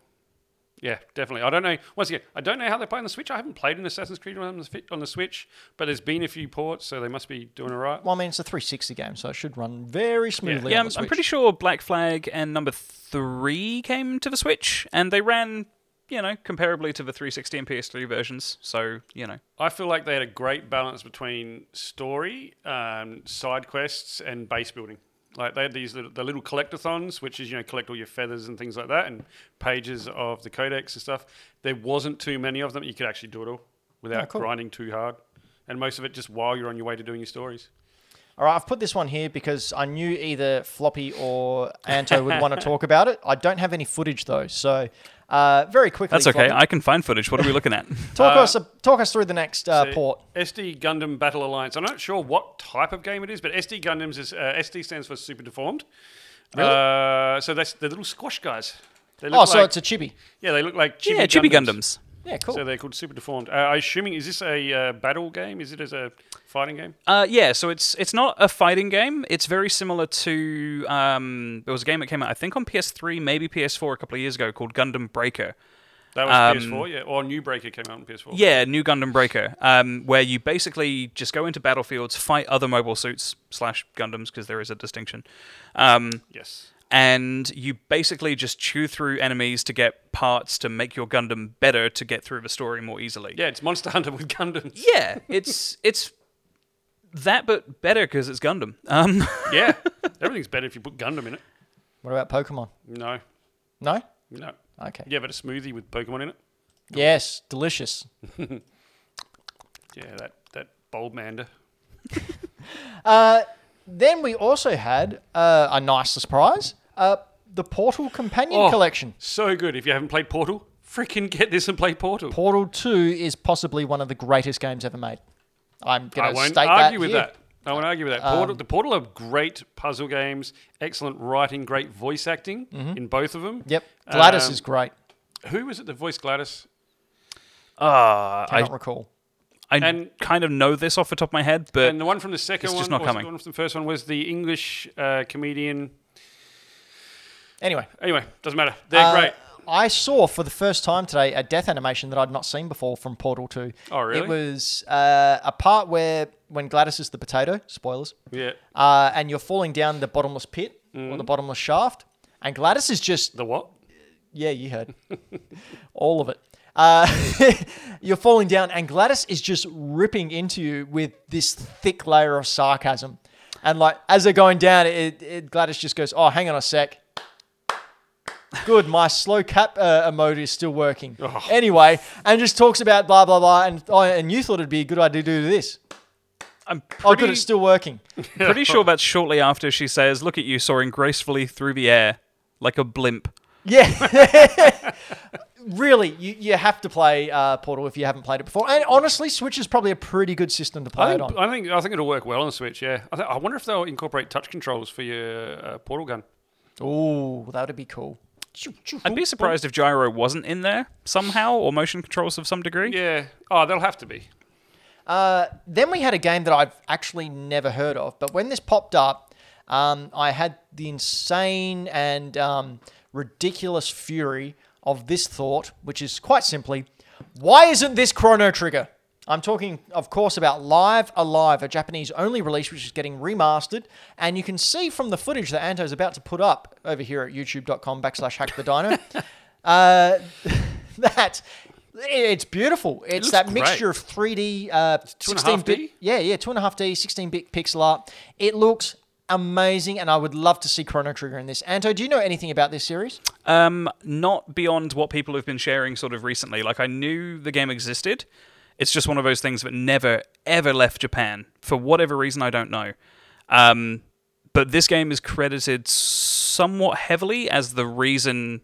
S2: Yeah, definitely. I don't know. Once again, I don't know how they play on the Switch. I haven't played an Assassin's Creed on the, fi- on the Switch, but there's been a few ports, so they must be doing all right.
S1: Well, I mean, it's a 360 game, so it should run very smoothly.
S3: yeah,
S1: on
S3: I'm,
S1: the
S3: I'm
S1: Switch.
S3: pretty sure Black Flag and number three came to the Switch, and they ran, you know, comparably to the 360 and PS3 versions. So you know,
S2: I feel like they had a great balance between story, um, side quests, and base building. Like they had these little, the little collectathons, which is you know collect all your feathers and things like that, and pages of the codex and stuff. There wasn't too many of them. You could actually do it all without
S1: Oh, cool.
S2: grinding too hard, and most of it just while you're on your way to doing your stories.
S1: All right, I've put this one here because I knew either Floppy or Anto would want to talk about it. I don't have any footage though, so uh, very quickly.
S3: that's okay.
S1: Floppy,
S3: I can find footage. What are we looking *laughs* at?
S2: uh,
S1: talk us talk us through the next uh,
S2: So,
S1: port.
S2: SD Gundam Battle Alliance. I'm not sure what type of game it is, but SD Gundams is uh, SD stands for Super Deformed. Uh, so that's the little squash guys. They
S1: Oh,
S2: look
S1: so
S2: like-
S1: it's a chibi.
S2: yeah, they look like chibi
S3: yeah, Chibi
S2: Gundams.
S3: Gundams.
S1: Yeah, cool.
S2: So they're called Super Deformed. Uh, I'm assuming is this a uh, battle game? Is it as a fighting game?
S3: Uh, yeah, so it's it's not a fighting game. It's very similar to um, there was a game that came out I think on PS3, maybe PS4 a couple of years ago called Gundam Breaker,
S2: That was
S3: Um,
S2: PS4, yeah. Or New Breaker came out on PS4.
S3: Yeah, New Gundam Breaker, um, where you basically just go into battlefields, fight other mobile suits slash Gundams because there is a distinction, um,
S2: Yes.
S3: and you basically just chew through enemies to get parts to make your Gundam better to get through the story more easily.
S2: Yeah, it's Monster Hunter with
S1: *laughs*
S2: Gundams.
S3: Yeah, it's it's that but better because it's Gundam. Um,
S2: yeah. Everything's better if you put Gundam in it.
S1: What about Pokemon?
S2: No.
S1: No?
S2: No.
S1: Okay.
S2: Yeah, but a smoothie with Pokemon in it.
S1: Yes, delicious.
S2: Yeah, that, that bold mander.
S1: Uh, then we also had uh, a nice surprise uh, the Portal Companion
S2: Oh.
S1: Collection.
S2: So good. If you haven't played Portal, freaking get this and play Portal.
S1: Portal 2 is possibly one of the greatest games ever made. I'm
S2: I
S1: going to
S2: won't
S1: state
S2: argue
S1: that
S2: with
S1: here. Um,
S2: that. I won't argue with that. Portal, the Portal are great puzzle games, excellent writing, great voice acting in both of them.
S1: Mm-hmm. Yep. Gladys
S2: Um,
S1: is great.
S2: Who was it that voiced Gladys?
S3: *laughs* *laughs* ah,
S1: I
S3: I,
S1: don't recall.
S3: I
S2: and-
S3: kind of know this off the top of my head, but
S2: And the one from the second
S3: It's
S2: one,
S3: just not
S2: or was it
S3: coming.
S2: the one from the first one, was the English uh, comedian.
S1: Anyway,
S2: Anyway, doesn't matter. They're
S1: Uh,
S2: great.
S1: I saw for the first time today a death animation that I'd not seen before from Portal 2.
S2: Oh, really?
S1: It was uh, a part where when Gladys is the potato, spoilers,
S2: Yeah,
S1: uh, and you're falling down the bottomless pit or the
S2: Mm.
S1: bottomless shaft, and Gladys is just,
S2: the *laughs* what?
S1: yeah, you heard *laughs* all of it. Uh, *laughs* you're falling down, and Gladys is just ripping into you with this thick layer of sarcasm. And like as they're going down, it, it, Gladys just goes, "Oh, hang on a sec." Good, my slow cap uh, emoji is still working. Anyway, and just talks about blah blah blah, and oh, and you thought it'd be a good idea to do this.
S3: I'm
S1: Oh,
S3: pretty,
S1: good, it's still working.
S3: *laughs* pretty
S2: *laughs*
S3: sure that's shortly after she says, "Look at you soaring gracefully through the air like a blimp."
S1: Yeah. *laughs* really, you, you have to play uh, Portal if you haven't played it before. And honestly, Switch is probably a pretty good system to play
S2: I
S1: it
S2: think,
S1: on.
S2: I think I think it'll work well on the Switch. Yeah, I, th- I wonder if they'll incorporate touch controls for your uh, portal gun.
S1: Ooh, that would be cool.
S3: I'd be surprised if gyro wasn't in there somehow, or motion controls of some degree.
S2: Yeah. Oh, they'll have to be.
S1: Uh, then we had a game that I've actually never heard of, but when this popped up, um, I had the insane and um, ridiculous fury of this thought, which is quite simply, why isn't this Chrono Trigger? I'm talking, of course, about Live Alive, a Japanese only release which is getting remastered. And you can see from the footage that Anto's about to put up over here at youtube.com backslash hack the dino uh, *laughs* that it's beautiful. It's
S2: looks
S1: that
S2: great.
S1: mixture of 3D, uh,
S2: two and a
S1: 16
S2: half
S1: bit,
S2: D?
S1: yeah, yeah, two and a half D, 16 bit pixel art. It looks amazing, and I would love to see Chrono Trigger in this. Anto, do you know anything about this series?
S3: Um, not beyond what people have been sharing sort of recently. Like I knew the game existed. It's just one of those things that never ever left Japan for whatever reason I don't know. Um, but this game is credited somewhat heavily as the reason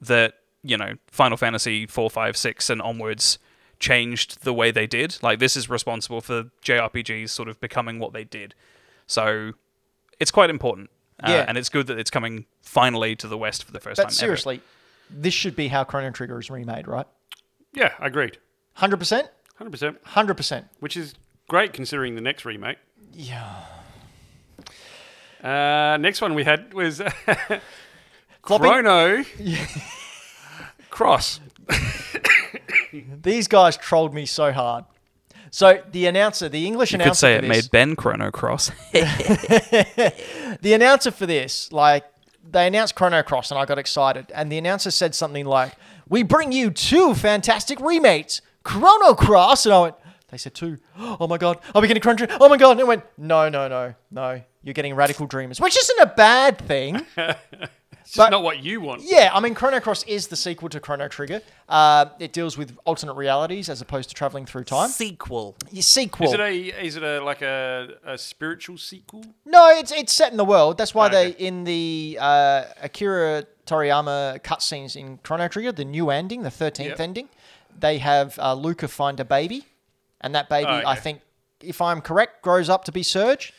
S3: that you know Final Fantasy four, five, six, and onwards changed the way they did. Like this is responsible for JRPGs sort of becoming what they did. So it's quite important. Uh,
S1: Yeah.
S3: and it's good that it's coming finally to the West for the first time.
S1: But
S3: ever.
S1: seriously, this should be how Chrono Trigger is remade, right?
S2: Yeah, agreed.
S1: 100%?
S2: Hundred percent.
S1: 100%.
S2: Which is great considering the next remake.
S1: Yeah.
S2: Uh, next one we had was
S1: Floppy, *laughs*
S2: *laughs* Chrono Cross.
S1: these guys trolled me so hard. So the announcer, the English
S3: you could
S1: announcer
S3: say
S1: for
S3: it
S1: this-
S3: made Ben Chrono Cross.
S1: the announcer for this, like, they announced Chrono Cross, and I got excited. And the announcer said something like, "We bring you two fantastic remakes, Chrono Cross," and I went. They said two. *gasps* Oh my god, are we getting Chrono? Trigger? Oh my god! And it went. No, no, no, no. You're getting Radical Dreamers, which isn't a bad
S2: *laughs*
S1: thing.
S2: It's
S1: But-
S2: just not what you want.
S1: Yeah, I mean, Chrono Cross is the sequel to Chrono Trigger. Uh, it deals with alternate realities as opposed to traveling through *laughs* time.
S3: Sequel.
S1: Your sequel.
S2: Is it a is it a like a, a spiritual sequel?
S1: No, it's it's set in the world. That's why
S2: Oh, Okay.
S1: they in the uh, Akira Toriyama cutscenes in Chrono Trigger, the new ending, the thirteenth
S2: Yep.
S1: ending, they have uh, Luca find a baby, and that baby,
S2: Oh, okay.
S1: I think, if I'm correct, grows up to be Surge.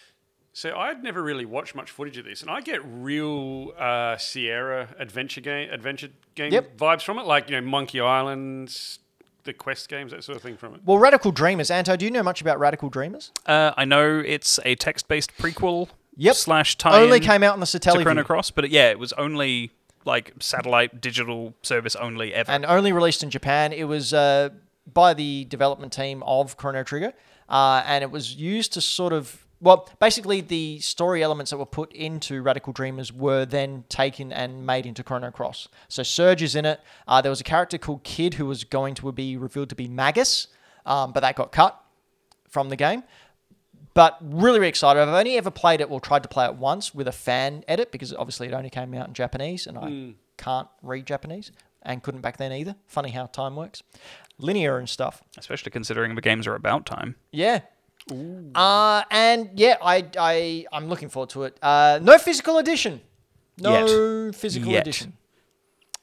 S2: So I'd never really watched much footage of this, and I get real uh, Sierra adventure game adventure game
S1: Yep.
S2: vibes from it, like you know Monkey Islands, the Quest games, that sort of thing from it.
S1: Well, Radical Dreamers, Anto, do you know much about Radical Dreamers?
S3: Uh, I know it's a text-based prequel
S1: Yep.
S3: slash tie
S1: Only came out on the Satelli.
S3: to Chrono Cross, but yeah, it was only like satellite digital service only ever.
S1: and only released in Japan. It was uh, by the development team of Chrono Trigger, uh, and it was used to sort of well, basically the story elements that were put into Radical Dreamers were then taken and made into Chrono Cross. So Surge is in it. Uh, there was a character called Kid who was going to be revealed to be Magus, um, but that got cut from the game. But really, really excited. I've only ever played it, well, tried to play it once with a fan edit because obviously it only came out in Japanese and I
S2: Hmm.
S1: can't read Japanese and couldn't back then either. Funny how time works. Linear and stuff.
S3: especially considering the games are about time.
S1: Yeah. Uh, and yeah, I, I, I'm looking forward to it. Uh, no physical edition. No physical
S3: Yet.
S1: edition.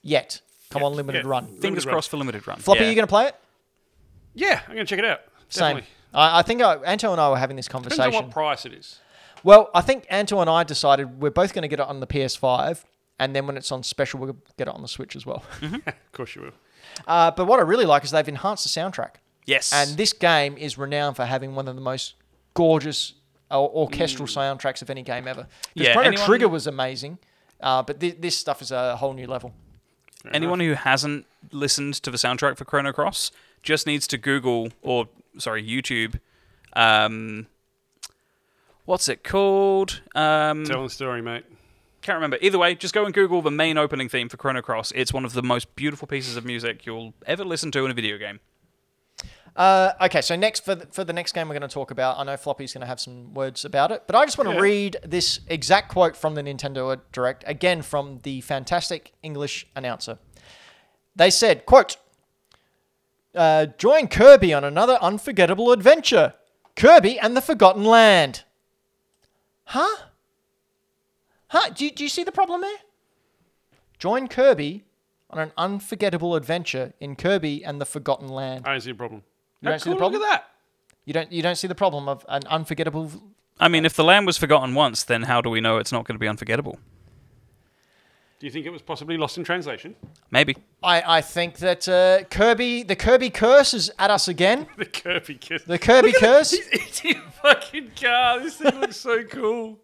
S1: Yet. Come on, limited
S2: Yeah.
S1: run.
S3: Fingers
S2: run.
S3: crossed for limited run.
S1: Floppy,
S3: Yeah.
S1: you going to play it?
S2: Yeah, I'm gonna check it out. Definitely.
S1: Same. I, I think I, Anto and I were having this
S2: Depends on
S1: conversation.
S2: what price it is. *laughs*
S1: Well, I think Anto and I decided we're both going to get it on the PS5, and then when it's on special, we'll get it on the Switch as
S3: *laughs*
S1: well.
S2: Of course you will.
S1: Uh, but what I really like is they've enhanced the soundtrack,
S3: Yes.
S1: and this game is renowned for having one of the most gorgeous uh, orchestral soundtracks of any game ever. Because
S3: Mm. Yeah,
S1: Chrono
S3: anyone-
S1: Trigger was amazing, uh, but thi- this stuff is a whole new level.
S3: Anyone who hasn't listened to the soundtrack for Chrono Cross just needs to Google or sorry YouTube, um, what's it called? Um,
S2: Telling the story, mate.
S3: can't remember. Either way, just go and Google the main opening theme for Chrono Cross. It's one of the most beautiful pieces of music you'll ever listen to in a video game.
S1: Uh, okay, so next for the, for the next game we're going to talk about, I know Floppy's going to have some words about it, but I just want to
S2: Yeah.
S1: read this exact quote from the Nintendo Direct again from the fantastic English announcer. They said, "quote uh, Join Kirby on another unforgettable adventure: Kirby and the Forgotten Land." Huh? Huh? Do you, do you see the problem there? Join Kirby on an unforgettable adventure in Kirby and the Forgotten Land.
S2: I don't see a problem.
S1: You don't
S2: How
S1: see the
S2: cool,
S1: problem?
S2: Look at
S1: You don't you don't see the problem of an unforgettable.
S3: I mean, if the land was forgotten once, then how do we know it's not going to be unforgettable?
S2: that. Do you think it was possibly lost in translation? *laughs*
S3: Maybe.
S1: I I think that uh, Kirby the Kirby curse is at us *laughs* again.
S2: The Kirby kiss.
S1: The Kirby
S2: *laughs*
S1: curse.
S2: He's eating a fucking car. This thing looks so cool.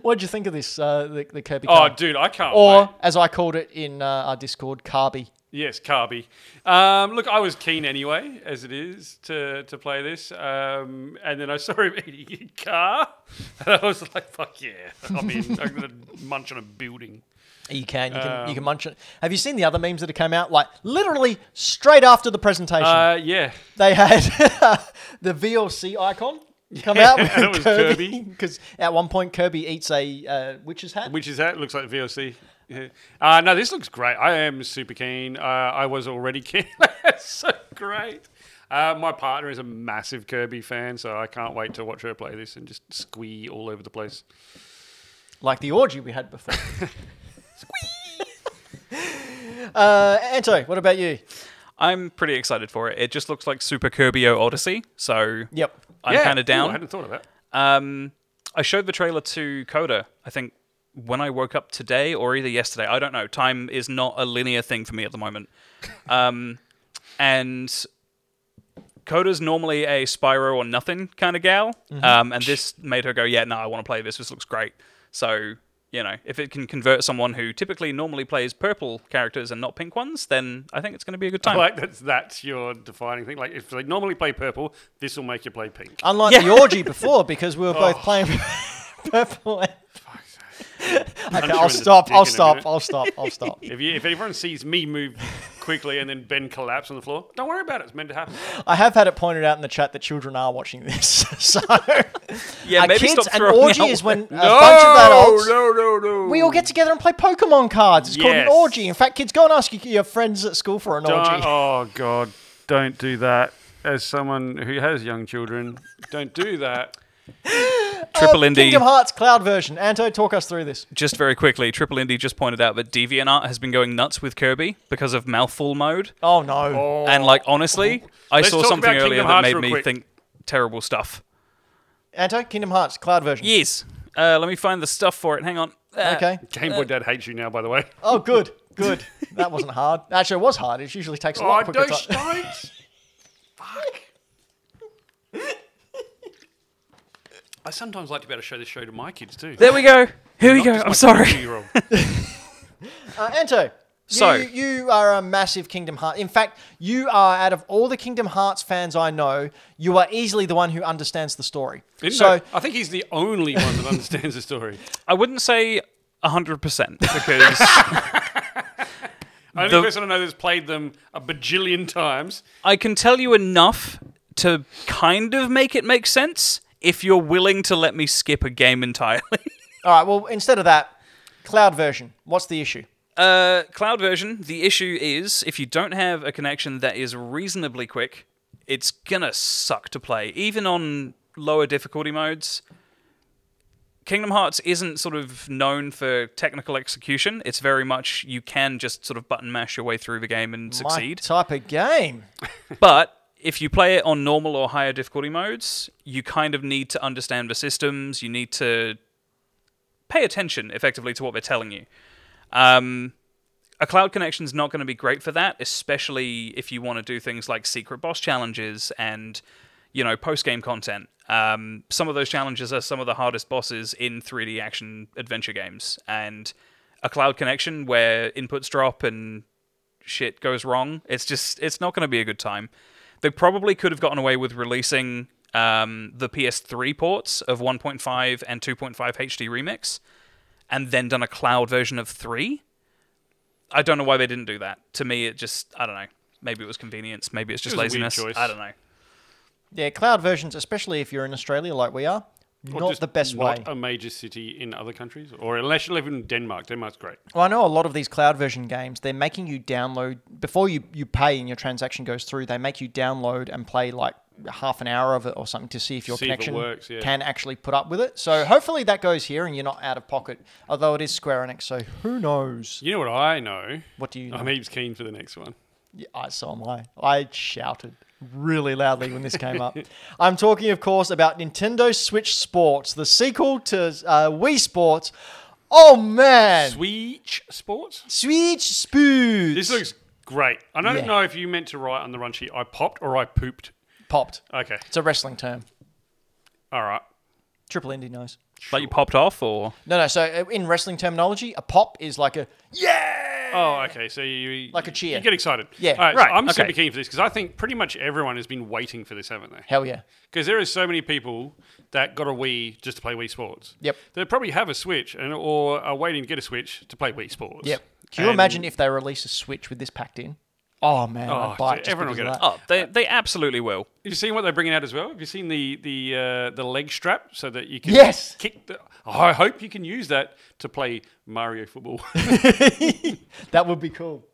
S1: What did you think of this? Uh, the, the Kirby.
S2: Oh,
S1: car?
S2: dude, I can't. wait.
S1: or as I called it in uh, our Discord, Carby.
S2: Yes, Carby. Um, look, I was keen anyway, as it is, to, to play this. Um, and then I saw him eating a car. *laughs* And I was like, fuck yeah. I mean, I'm going to munch on a building.
S1: You can you can
S2: Um,
S1: you can munch it. Have you seen the other memes that have come out? Like literally straight after the presentation,
S2: Uh, yeah.
S1: they had *laughs* the VLC icon
S2: *laughs*
S1: come out with
S2: and it was
S1: Kirby *laughs*
S2: Kirby.
S1: because at one point Kirby eats a uh, witch's hat.
S2: Which is that? Looks like VOC. Yeah. Uh, no, this looks great. I am super keen. Uh, I was already *laughs* keen. That's so great. Uh, my partner is a massive Kirby fan, so I can't wait to watch her play this and just squee all over the place.
S1: like the orgy we had
S2: *laughs*
S1: before. uh, Anto, what about you?
S3: I'm pretty excited for it. It just looks like Super Kirbio Odyssey, so
S1: Yep.
S3: I'm
S2: Yeah.
S3: kind
S2: Ooh,
S3: of down.
S2: I hadn't thought of that.
S3: Um, I showed the trailer to Coda. I think when I woke up today or either yesterday. I don't know. Time is not a linear thing for me at the
S2: *laughs*
S3: moment. Um, and Coda's normally a Spyro or nothing kind of gal.
S2: Mm-hmm.
S3: Um, and this made her go, yeah, no, I want to play this. This looks great. So, you know, if it can convert someone who typically normally plays purple characters and not pink ones, then I think it's going to be a good
S2: *laughs*
S3: time.
S2: Like that's that's your defining thing. Like if they normally play purple, this will make you play pink.
S1: Unlike the orgy before, because we were
S2: Oh.
S1: both playing
S2: *laughs*
S1: purple. and- okay,
S2: sure
S1: I'll
S2: it's a
S1: stop.
S2: dick
S1: I'll
S2: in a
S1: stop.
S2: minute.
S1: I'll stop. I'll
S2: *laughs*
S1: stop.
S2: If you if everyone sees me move quickly and then Ben collapse on the floor, don't worry about it. It's meant to happen.
S1: I have had it pointed out in the chat that children are watching this. *laughs* So
S3: yeah,
S1: uh,
S3: maybe
S1: kids
S3: stop
S1: and
S3: throwing
S1: orgy
S3: out-
S1: is when a bunch of adults.
S2: no, no, no.
S1: We all get together and play Pokemon cards. It's called an
S2: Yes.
S1: orgy. In fact, kids, go and ask your- your friends at school for an orgy.
S2: Don't-
S1: *laughs*
S2: oh God! Don't do that. As someone who has young children, don't do that.
S3: Triple Indie
S1: Kingdom Hearts Cloud version. Anto, talk us through this.
S3: just very quickly, Triple Indie just pointed out that DeviantArt has been going nuts with Kirby because of mouthful mode.
S1: Oh no.
S3: And like honestly, I
S2: Let's
S3: saw
S2: talk
S3: something
S2: about Kingdom
S3: earlier that
S2: Hearts
S3: made
S2: real
S3: me
S2: quick.
S3: think terrible stuff.
S1: Anto, Kingdom Hearts Cloud version.
S3: Yes. Uh, let me find the stuff for it. Hang on. Uh,
S1: Okay.
S2: Game Boy Dad hates you now, by the way.
S1: Oh, good. Good. That wasn't hard. Actually, it was hard. It usually takes a
S2: Oh,
S1: lot quicker
S2: don't,
S1: time.
S2: don't. Fuck. I sometimes like to be able to show this show to my kids too.
S3: There we go. Here we go. I'm sorry.
S2: Two-year-old.
S1: Uh, Anto, you,
S3: *laughs* So-
S1: you are a massive Kingdom Hearts. In fact, you are out of all the Kingdom Hearts fans I know, you are easily the one who understands the story.
S2: Didn't
S1: so,
S2: know- I think he's the only one that *laughs* understands the story.
S3: I wouldn't say 100% *laughs* because
S2: Only
S3: The-
S2: person I know that's played them a bajillion times.
S3: I can tell you enough to kind of make it make sense if you're willing to let me skip a game entirely.
S1: all right. Well, instead of that, cloud version. What's the issue?
S3: Uh, cloud version, the issue is if you don't have a connection that is reasonably quick, it's gonna suck to play, even on lower difficulty modes. Kingdom Hearts isn't sort of known for technical execution. It's very much you can just sort of button mash your way through the game and
S1: My
S3: succeed.
S1: type of game.
S3: But if you play it on normal or higher difficulty modes, you kind of need to understand the systems. You need to pay attention effectively to what they're telling you. Um, a cloud connection is not going to be great for that, especially if you want to do things like secret boss challenges and you know post game content. Um, some of those challenges are some of the hardest bosses in 3D action adventure games, and a cloud connection where inputs drop and shit goes wrong. It's just it's not going to be a good time. They probably could have gotten away with releasing um, the PS3 ports of 1.5 and 2.5 HD remix, and then done a cloud version of three. I don't know why they didn't do that. To me, it just I don't know. Maybe it was convenience. Maybe it's just
S2: It was a weird
S3: laziness.
S2: choice.
S3: I don't know.
S1: Yeah, cloud versions, especially if you're in Australia like we are,
S2: Or
S1: not
S2: just
S1: the best
S2: not
S1: way.
S2: a major city in other countries, or unless you live in Denmark. Denmark's great.
S1: Well, I know a lot of these cloud version games, they're making you download before you, you pay and your transaction goes through, they make you download and play like half an hour of it or something to see if your
S2: See if it
S1: connection
S2: works, yeah.
S1: can actually put up with it. So hopefully that goes here and you're not out of pocket. Although it is Square Enix, so who knows?
S2: You know what I know?
S1: What do you know?
S2: I'm heaps keen for the next one.
S1: Yeah, I saw my. I shouted really loudly when this came up. *laughs* I'm talking, of course, about Nintendo Switch Sports, the sequel to uh, Wii Sports. Oh man,
S2: Switch Sports.
S1: Switch Sports.
S2: This looks great. I don't
S1: Yeah.
S2: know if you meant to write on the run sheet. I popped or I pooped.
S1: popped.
S2: Okay.
S1: It's a wrestling term.
S2: All right.
S1: Triple Indy knows.
S3: Like you popped off, or
S1: No, no. So uh, in wrestling terminology, a pop is like a yeah.
S2: Oh, okay. So you
S1: Like a cheer.
S2: You get excited.
S1: Yeah.
S2: All right. so
S3: Right,
S2: I'm
S3: okay.
S2: super keen for this because I think pretty much everyone has been waiting for this, haven't they?
S1: Hell yeah.
S2: Because there is so many people that got a Wii just to play Wii Sports.
S1: Yep.
S2: They probably have a Switch and or are waiting to get a Switch to play Wii Sports.
S1: Yep. Can you
S2: And-
S1: imagine if they release a Switch with this packed in? Oh man,
S2: Oh,
S1: I'd buy it.
S2: so
S1: Just
S2: everyone will
S1: because
S2: get
S1: of
S2: it.
S1: that.
S3: oh, they they absolutely will.
S2: Have you seen what they're bringing out as well? Have you seen the the uh, the leg strap so that you can
S1: Yes.
S2: kick? The, I hope you can use that to play Mario football. *laughs*
S1: That would be cool.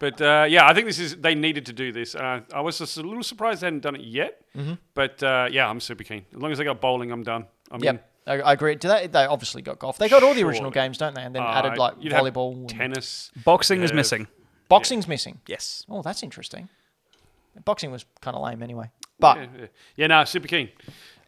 S2: but uh, yeah, I think this is they needed to do this. Uh, I was just a little surprised they hadn't done it yet.
S1: Mm-hmm.
S2: But uh, yeah, I'm super keen. As long as they got bowling, I'm done. I mean,
S1: Yep. I, I agree. Do they, they obviously got golf. They got all the original
S2: Surely.
S1: games, don't they? And then added like
S2: Uh, you'd have
S1: volleyball. and-
S2: tennis.
S3: Boxing is
S2: Yeah.
S3: missing.
S1: Boxing's missing.
S3: Yes.
S1: Oh, that's interesting. Boxing was kind of lame anyway. But
S2: Yeah, yeah. Uh, yeah no, super keen.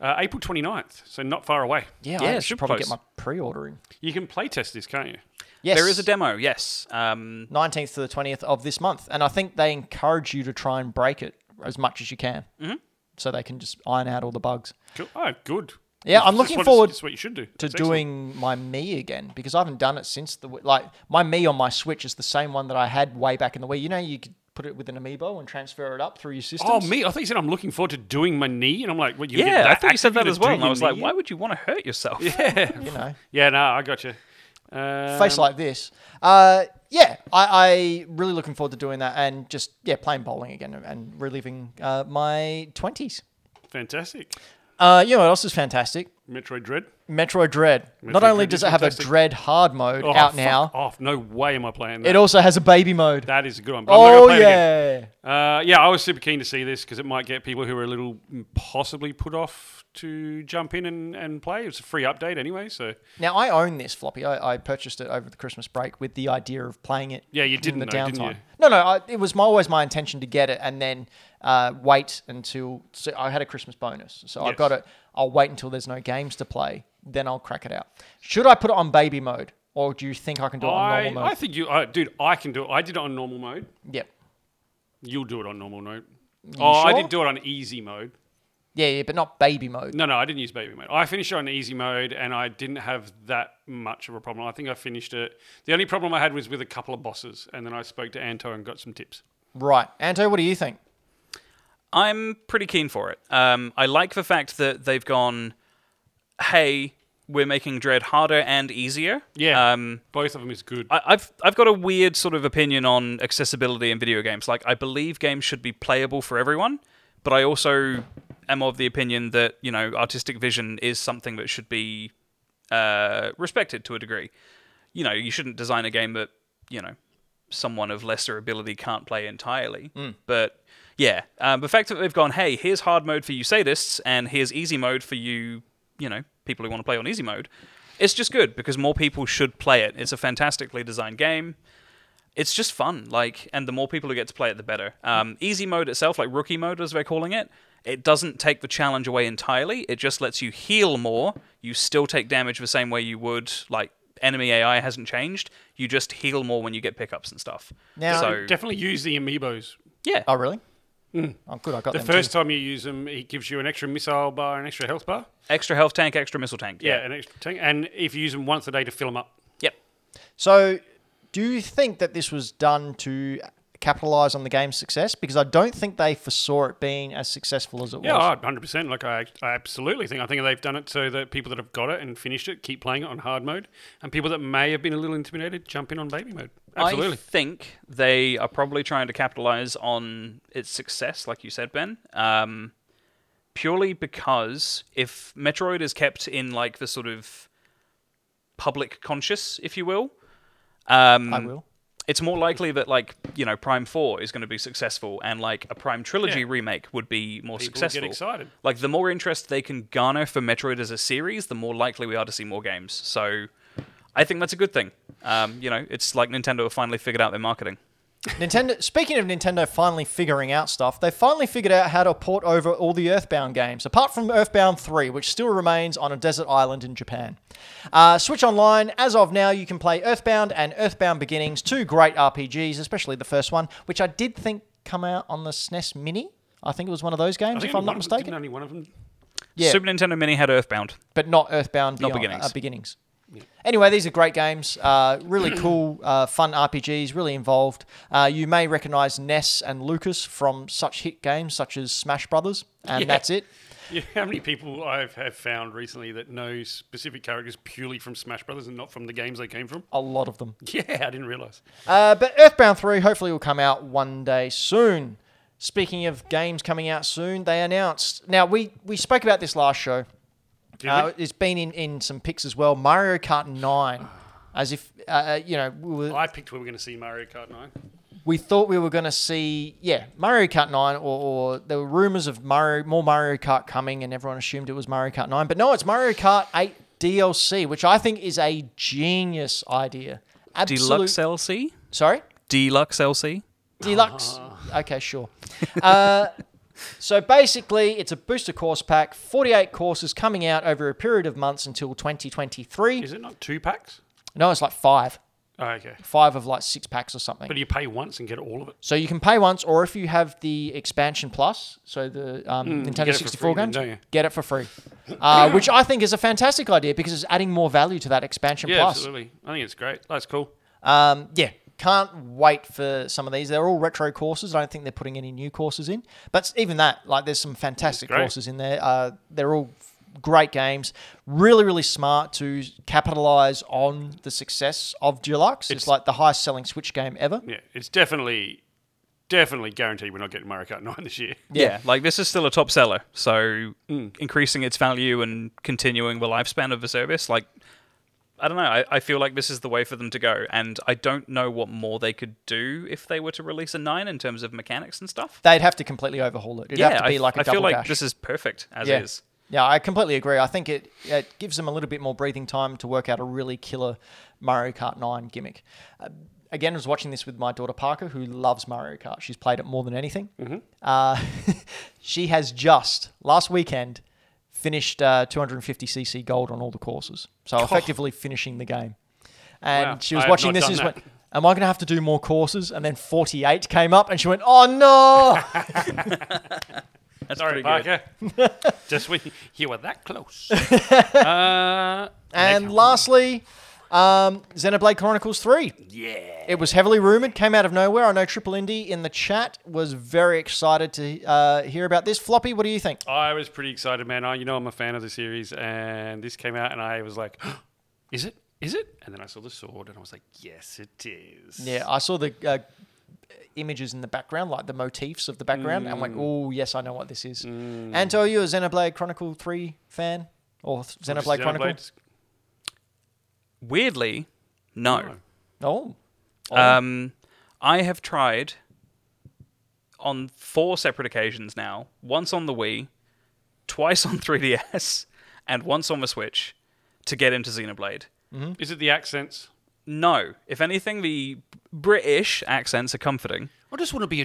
S2: Uh, April 29th, so not far away.
S1: yeah,
S3: Yeah,
S1: I
S3: it's
S1: should
S3: super
S1: probably
S3: close.
S1: get my pre-ordering.
S2: You can play test this, can't you?
S1: Yes,
S3: There is a demo. Yes. Um,
S1: 19th to the 20th of this month, and I think they encourage you to try and break it as much as you can, mm-hmm. so they can just iron out all the bugs.
S2: Cool. Oh, good.
S1: Yeah, I'm
S2: That's
S1: looking
S2: what it's-
S1: forward
S2: that's what you should do.
S1: To
S2: That's excellent.
S1: doing my me again because I haven't done it since the Wii- like my me on my Switch is the same one that I had way back in the Wii. You know, you could put it with an amiibo and transfer it up through your system.
S2: Oh, me! I thought you said I'm looking forward to doing my knee, and I'm like, what? You gonna get
S3: yeah, I
S2: that
S3: thought you said
S2: active?
S3: that
S2: You're
S3: as well,
S2: gonna
S3: and
S2: do
S3: I was
S2: your
S3: like,
S2: knee?
S3: why would you want to hurt yourself?
S1: You know.
S2: Yeah, no, I got you. Um,
S1: face like this. Uh, yeah, I, I really looking forward to doing that and just yeah playing bowling again and, and reliving uh, my twenties.
S2: fantastic.
S1: Uh, you know what else is fantastic?
S2: Metroid Dread.
S1: Metroid Dread. Not
S2: Metroid
S1: only
S2: Dread
S1: does
S2: is
S1: it have
S2: fantastic.
S1: a Dread hard mode
S2: Oh,
S1: out
S2: fuck
S1: now,
S2: Off! No way am I playing that.
S1: it also has a baby mode.
S2: that is a good one. But I'm not gonna
S1: Oh
S2: play it again.
S1: yeah,
S2: Uh, yeah, I was super keen to see this because it might get people who are a little mm, possibly put off to jump in and, and play. It's a free update anyway, so
S1: Now I own this floppy. I, I purchased it over the Christmas break with the idea of playing it.
S2: Yeah, you
S1: in
S2: didn't
S1: the
S2: though, didn't
S1: downtime.
S2: you?
S1: No, no. I, it was my, always my intention to get it and then uh, wait until so I had a Christmas bonus, so I
S2: Yes.
S1: got it. I'll wait until there's no games to play, then I'll crack it out. Should I put it on baby mode, or do you think I can do it on
S2: I,
S1: normal mode?
S2: I think you, uh, dude, I can do it. I did it on normal mode.
S1: yep.
S2: You'll do it on normal mode. oh, I
S1: sure?
S2: did do it on easy mode.
S1: Yeah, yeah, but not baby mode.
S2: No, no, I didn't use baby mode. I finished it on easy mode, and I didn't have that much of a problem. I think I finished it. The only problem I had was with a couple of bosses, and then I spoke to Anto and got some tips.
S1: Right, Anto, what do you think?
S3: I'm pretty keen for it. Um, I like the fact that they've gone, hey, we're making Dread harder and easier.
S2: Yeah,
S3: Um,
S2: both of them is good.
S3: I, I've I've got a weird sort of opinion on accessibility in video games. Like I believe games should be playable for everyone, but I also am of the opinion that you know artistic vision is something that should be uh, respected to a degree. You know, you shouldn't design a game that you know someone of lesser ability can't play entirely. But yeah, um, the fact that they've gone, hey, here's hard mode for you sadists, and here's easy mode for you, you know, people who want to play on easy mode. It's just good because more people should play it. It's a fantastically designed game. It's just fun, like, and the more people who get to play it, the better. Um, easy mode itself, like rookie mode as they're calling it, it doesn't take the challenge away entirely. It just lets you heal more. You still take damage the same way you would. Like enemy AI hasn't changed. You just heal more when you get pickups and stuff.
S1: Now-
S3: so
S2: Definitely use the amiibos.
S3: yeah,
S1: Oh, really? Oh, good, I got
S2: Hmm. The
S1: them
S2: first
S1: Too.
S2: time you use them, it gives you an extra missile bar, an extra health bar.
S3: extra health tank, extra missile tank.
S2: Yeah, an extra tank. And if you use them once a day to fill them up.
S3: Yep.
S1: So, do you think that this was done to capitalize on the game's success? Because I don't think they foresaw it being as successful as it
S2: Yeah,
S1: was.
S2: I- 100%. Like, I, I absolutely think. I think they've done it so that people that have got it and finished it keep playing it on hard mode. And people that may have been a little intimidated jump in on baby mode.
S3: I
S2: Absolutely.
S3: think they are probably trying to capitalize on its success, like you said, Ben. Um, purely because if Metroid is kept in like the sort of public conscious, if you will, um,
S2: mm.
S1: I will.
S3: it's more likely that like you know Prime Four is going to be successful, and like a Prime trilogy
S2: Yeah.
S3: remake would be more
S2: People get
S3: successful.
S2: excited.
S3: Like the more interest they can garner for Metroid as a series, the more likely we are to see more games. So, I think that's a good thing. Um, you know, it's like Nintendo have finally figured out their marketing.
S1: Nintendo. Speaking of Nintendo finally figuring out stuff, they finally figured out how to port over all the Earthbound games, apart from Earthbound 3, which still remains on a desert island in Japan. Uh, Switch Online, as of now, you can play Earthbound and Earthbound Beginnings, two great RPGs, especially the first one, which I did think come out on the SNES Mini. I think it was one of those games,
S2: I think
S1: if I'm
S2: only
S1: not
S2: one of them-
S1: mistaken.
S2: didn't only one of them. *laughs*
S1: Yeah.
S3: Super Nintendo Mini had Earthbound.
S1: but not Earthbound
S3: Not
S1: Beyond-
S3: Beginnings.
S1: uh, beginnings. Anyway, these are great games. Uh,
S3: *clears throat*
S1: really cool, uh, fun RPGs. Really involved. Uh, you may recognize Ness and Lucas from such hit games such as Smash Brothers, and
S2: Yeah.
S1: that's it.
S2: Yeah, how many people I have found recently that know specific characters purely from Smash Brothers and not from the games they came from? *laughs*
S1: A lot of them.
S2: Yeah, I didn't realize.
S1: Uh, but Earthbound 3 hopefully will come out one day soon. Speaking of games coming out soon, they announced. Now, we, we spoke about this last show. Uh, it's been in, in some pics as well. Mario Kart 9. As if, uh, uh, you know, we were,
S2: I picked we were going to see Mario Kart 9.
S1: we thought we were going to see, yeah, Mario Kart 9, or, or there were rumors of Mario, more Mario Kart coming, and everyone assumed it was Mario Kart 9. But no, it's Mario Kart 8 DLC, which I think is a genius idea. Absolute.
S3: Deluxe LC.
S1: Sorry?
S3: Deluxe LC.
S1: Deluxe. Okay, sure. Uh, so basically, it's a booster course pack, 48 courses coming out over a period of months until 2023.
S2: Is it not two packs?
S1: No, it's like five.
S2: Oh, okay.
S1: Five of like six packs or something.
S2: But you pay once and get all of it.
S1: So you can pay once, or if you have the expansion plus, so the um,
S2: Mm, get it
S1: Nintendo
S2: for
S1: 64
S2: free then,
S1: games,
S2: don't you?
S1: get it for free, uh, which I think is a fantastic idea because it's adding more value to that expansion
S2: Yeah,
S1: plus.
S2: absolutely. I think it's great. That's cool.
S1: Um, yeah, can't wait for some of these. They're all retro courses. I don't think they're putting any new courses in, but even that, like, there's some fantastic
S2: great.
S1: courses in there. Uh, they're all f- great games. Really, really smart to capitalize on the success of Deluxe. It's, like the highest selling Switch game ever.
S2: Yeah, it's definitely, definitely guaranteed we're not getting Mario Kart 9 this
S3: *laughs*
S2: year.
S1: Yeah. Mm.
S3: Yeah. like this is still a top seller. So increasing its value and continuing the lifespan of the service, like I don't know. I, I feel like this is the way for them to go, and I don't know what more they could do if they were to release a nine in terms of mechanics and stuff.
S1: They'd have to completely overhaul it. It'd
S3: yeah,
S1: have to be
S3: I,
S1: like a
S3: I
S1: double
S3: feel like
S1: dash.
S3: this is perfect as
S1: yeah.
S3: is.
S1: Yeah, I completely agree. I think it, it gives them a little bit more breathing time to work out a really killer Mario Kart 9 gimmick. Uh, again, I was watching this with my daughter Parker, who loves Mario Kart. She's played it more than anything.
S2: Mm-hmm.
S1: Uh, *laughs* she has just, last weekend, finished uh, 250cc gold on all the courses. So effectively finishing the game. And
S2: Wow,
S1: she was
S2: I have
S1: watching
S2: not
S1: this
S2: done
S1: and just
S2: that.
S1: went, Am I going to have to do
S2: *laughs*
S1: more courses? And then 48 came up and she went, Oh no!
S3: That's
S2: Sorry,
S3: pretty good.
S2: Parker.
S3: *laughs*
S2: Just when you were that close. uh,
S1: And
S2: next-
S1: lastly, um, Xenoblade Chronicles 3.
S2: yeah.
S1: It was heavily rumored, came out of nowhere. I know Triple Indie in the chat was very excited to uh, hear about this. Floppy, what do you think?
S2: I was pretty excited, man. I, you know, I'm a fan of the series, and this came out, and I was like, *gasps* "Is it? Is it?" And then I saw the sword, and I was like, "Yes, it is."
S1: Yeah, I saw the uh, images in the background, like the motifs of the background. and I'm like, oh, yes, I know what this is. Anto, are you a Xenoblade Chronicle 3 fan? Or th-
S2: Just
S1: Xenoblade Chronicle?
S2: Xenoblades.
S3: Weirdly, no.
S1: Oh.
S3: Um, I have tried on four separate occasions now. Once on the Wii, twice on *laughs* 3DS, and once on the Switch to get into Xenoblade.
S2: Is it the accents?
S3: No, if anything, the British accents are comforting.
S2: I just want to be a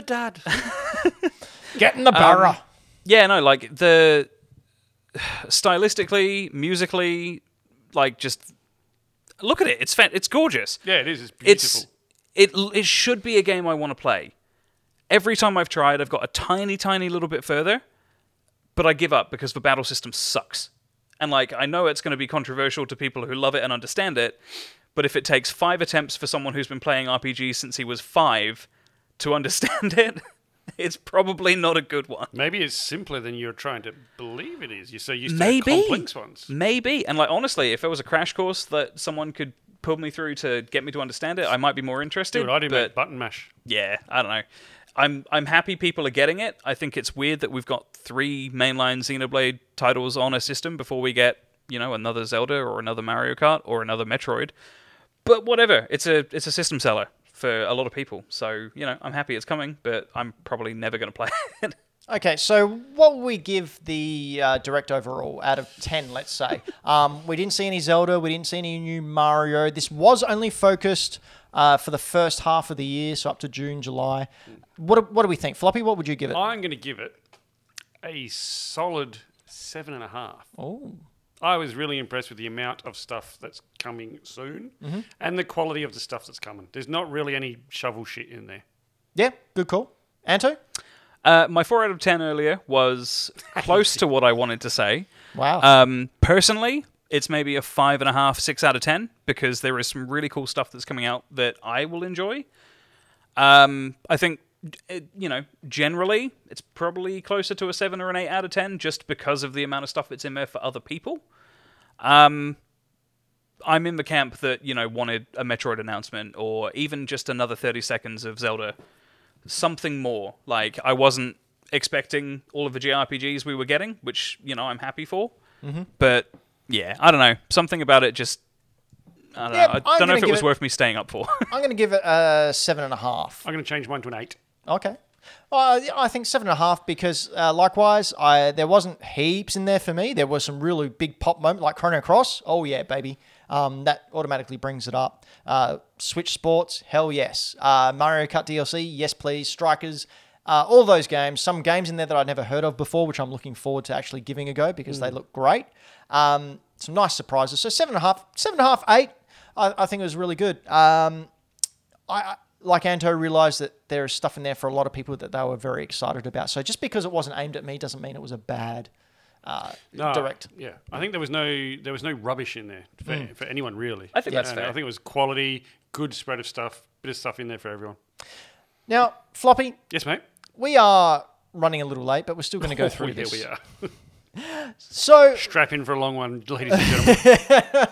S1: *laughs*
S2: Dad.
S1: Get in the barra.
S3: Yeah, no, like the *sighs* stylistically, musically, like just look at it. It's fan- it's gorgeous.
S2: yeah, it is. It's beautiful.
S3: It's it it should be a game I want to play. Every time I've tried, I've got a tiny, tiny little bit further, but I give up because the battle system sucks. And like I know it's going to be controversial to people who love it and understand it, but if it takes five attempts for someone who's been playing RPG since he was five to *laughs* understand it, it's probably not a good one.
S2: Maybe it's simpler than you're trying to believe it is. You're so used
S3: Maybe.
S2: to complex ones.
S3: Maybe. And like honestly, if it was a crash course that someone could pull me through to get me to understand it, I might be more interested.
S2: Dude, I do
S3: but
S2: make button mash.
S3: yeah, I don't know. I'm I'm happy people are getting it. I think it's weird that we've got three mainline Xenoblade titles on a system before we get, you know, another Zelda or another Mario Kart or another Metroid. But whatever, it's a it's a system seller for a lot of people. So, you know, I'm happy it's coming, but I'm probably never going to play *laughs* it.
S1: Okay, so what would we give the uh, direct overall out of 10, let's say? um, we didn't see any Zelda, we didn't see any new Mario. This was only focused uh, for the first half of the year, so up to June, July. What, do- what do we think? Floppy, what would you give it?
S2: I'm going to give it a solid seven and a half.
S1: Oh,
S2: I was really impressed with the amount of stuff that's coming soon
S1: Mm-hmm.
S2: and the quality of the stuff that's coming. There's not really any shovel shit in there.
S1: yeah, good call. Anto?
S3: Uh, my 4 out of 10 earlier was close to what I wanted to say.
S1: Wow.
S3: Um, personally, it's maybe a five and a half, six out of ten because there is some really cool stuff that's coming out that I will enjoy. Um, I think, it, you know, generally it's probably closer to a seven or an eight out of ten just because of the amount of stuff that's in there for other people. Um, I'm in the camp that you know wanted a Metroid announcement or even just another thirty seconds of Zelda, something more. Like I wasn't expecting all of the JRPGs we were getting, which you know I'm happy for.
S1: Mm-hmm.
S3: But yeah, I don't know. Something about it just. I don't
S1: Yeah,
S3: know.
S1: I'm
S3: I don't know
S1: gonna
S3: if it
S1: give
S3: was
S1: it-
S3: worth me staying up for.
S1: I'm going to give it a seven and a half.
S2: I'm going to change mine to an eight.
S1: Okay. Uh, I think seven and a half because, uh, likewise, I there wasn't heaps in there for me. There was some really big pop moment like Chrono Cross. Oh yeah, baby. Um, that automatically brings it up. Uh, Switch Sports, hell yes. Uh, Mario Kart DLC, yes please. Strikers, uh, all those games. Some games in there that I'd never heard of before, which I'm looking forward to actually giving a go because they look great. Um, some nice surprises. So seven and a half, seven and a half, eight. I, I think it was really good. Um, I, I like Anto realized that there is stuff in there for a lot of people that they were very excited about. So just because it wasn't aimed at me doesn't mean it was a bad uh,
S2: No,
S1: direct.
S2: Ah,
S1: Mm.
S2: Yeah, I think there was no there was no rubbish in there for, for anyone really.
S3: I think that's
S2: And
S3: fair.
S2: I think it was quality, good spread of stuff, bit of stuff in there for everyone.
S1: Now, Floppy,
S2: Yes, mate.
S1: we are running a little late, but we're still going to go through
S2: Oh, here
S1: this.
S2: we are.
S1: So
S2: Strap in for a long one, ladies and
S1: *laughs*
S2: gentlemen.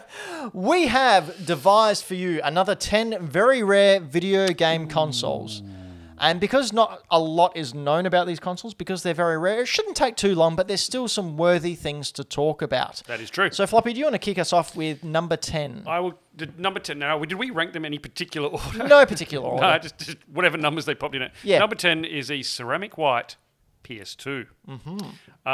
S1: we have devised for you another 10 very rare video game consoles. And because not a lot is known about these consoles, because they're very rare, it shouldn't take too long, but there's still some worthy things to talk about.
S2: that is true.
S1: So, Floppy, do you want to kick us off with number 10?
S2: I will did number ten. Now, we- did we rank them in any particular order?
S1: No particular order.
S2: No, just, just whatever numbers they popped in it.
S1: Yeah.
S2: Number 10 is a ceramic white PS2. Mm-hmm. Uh,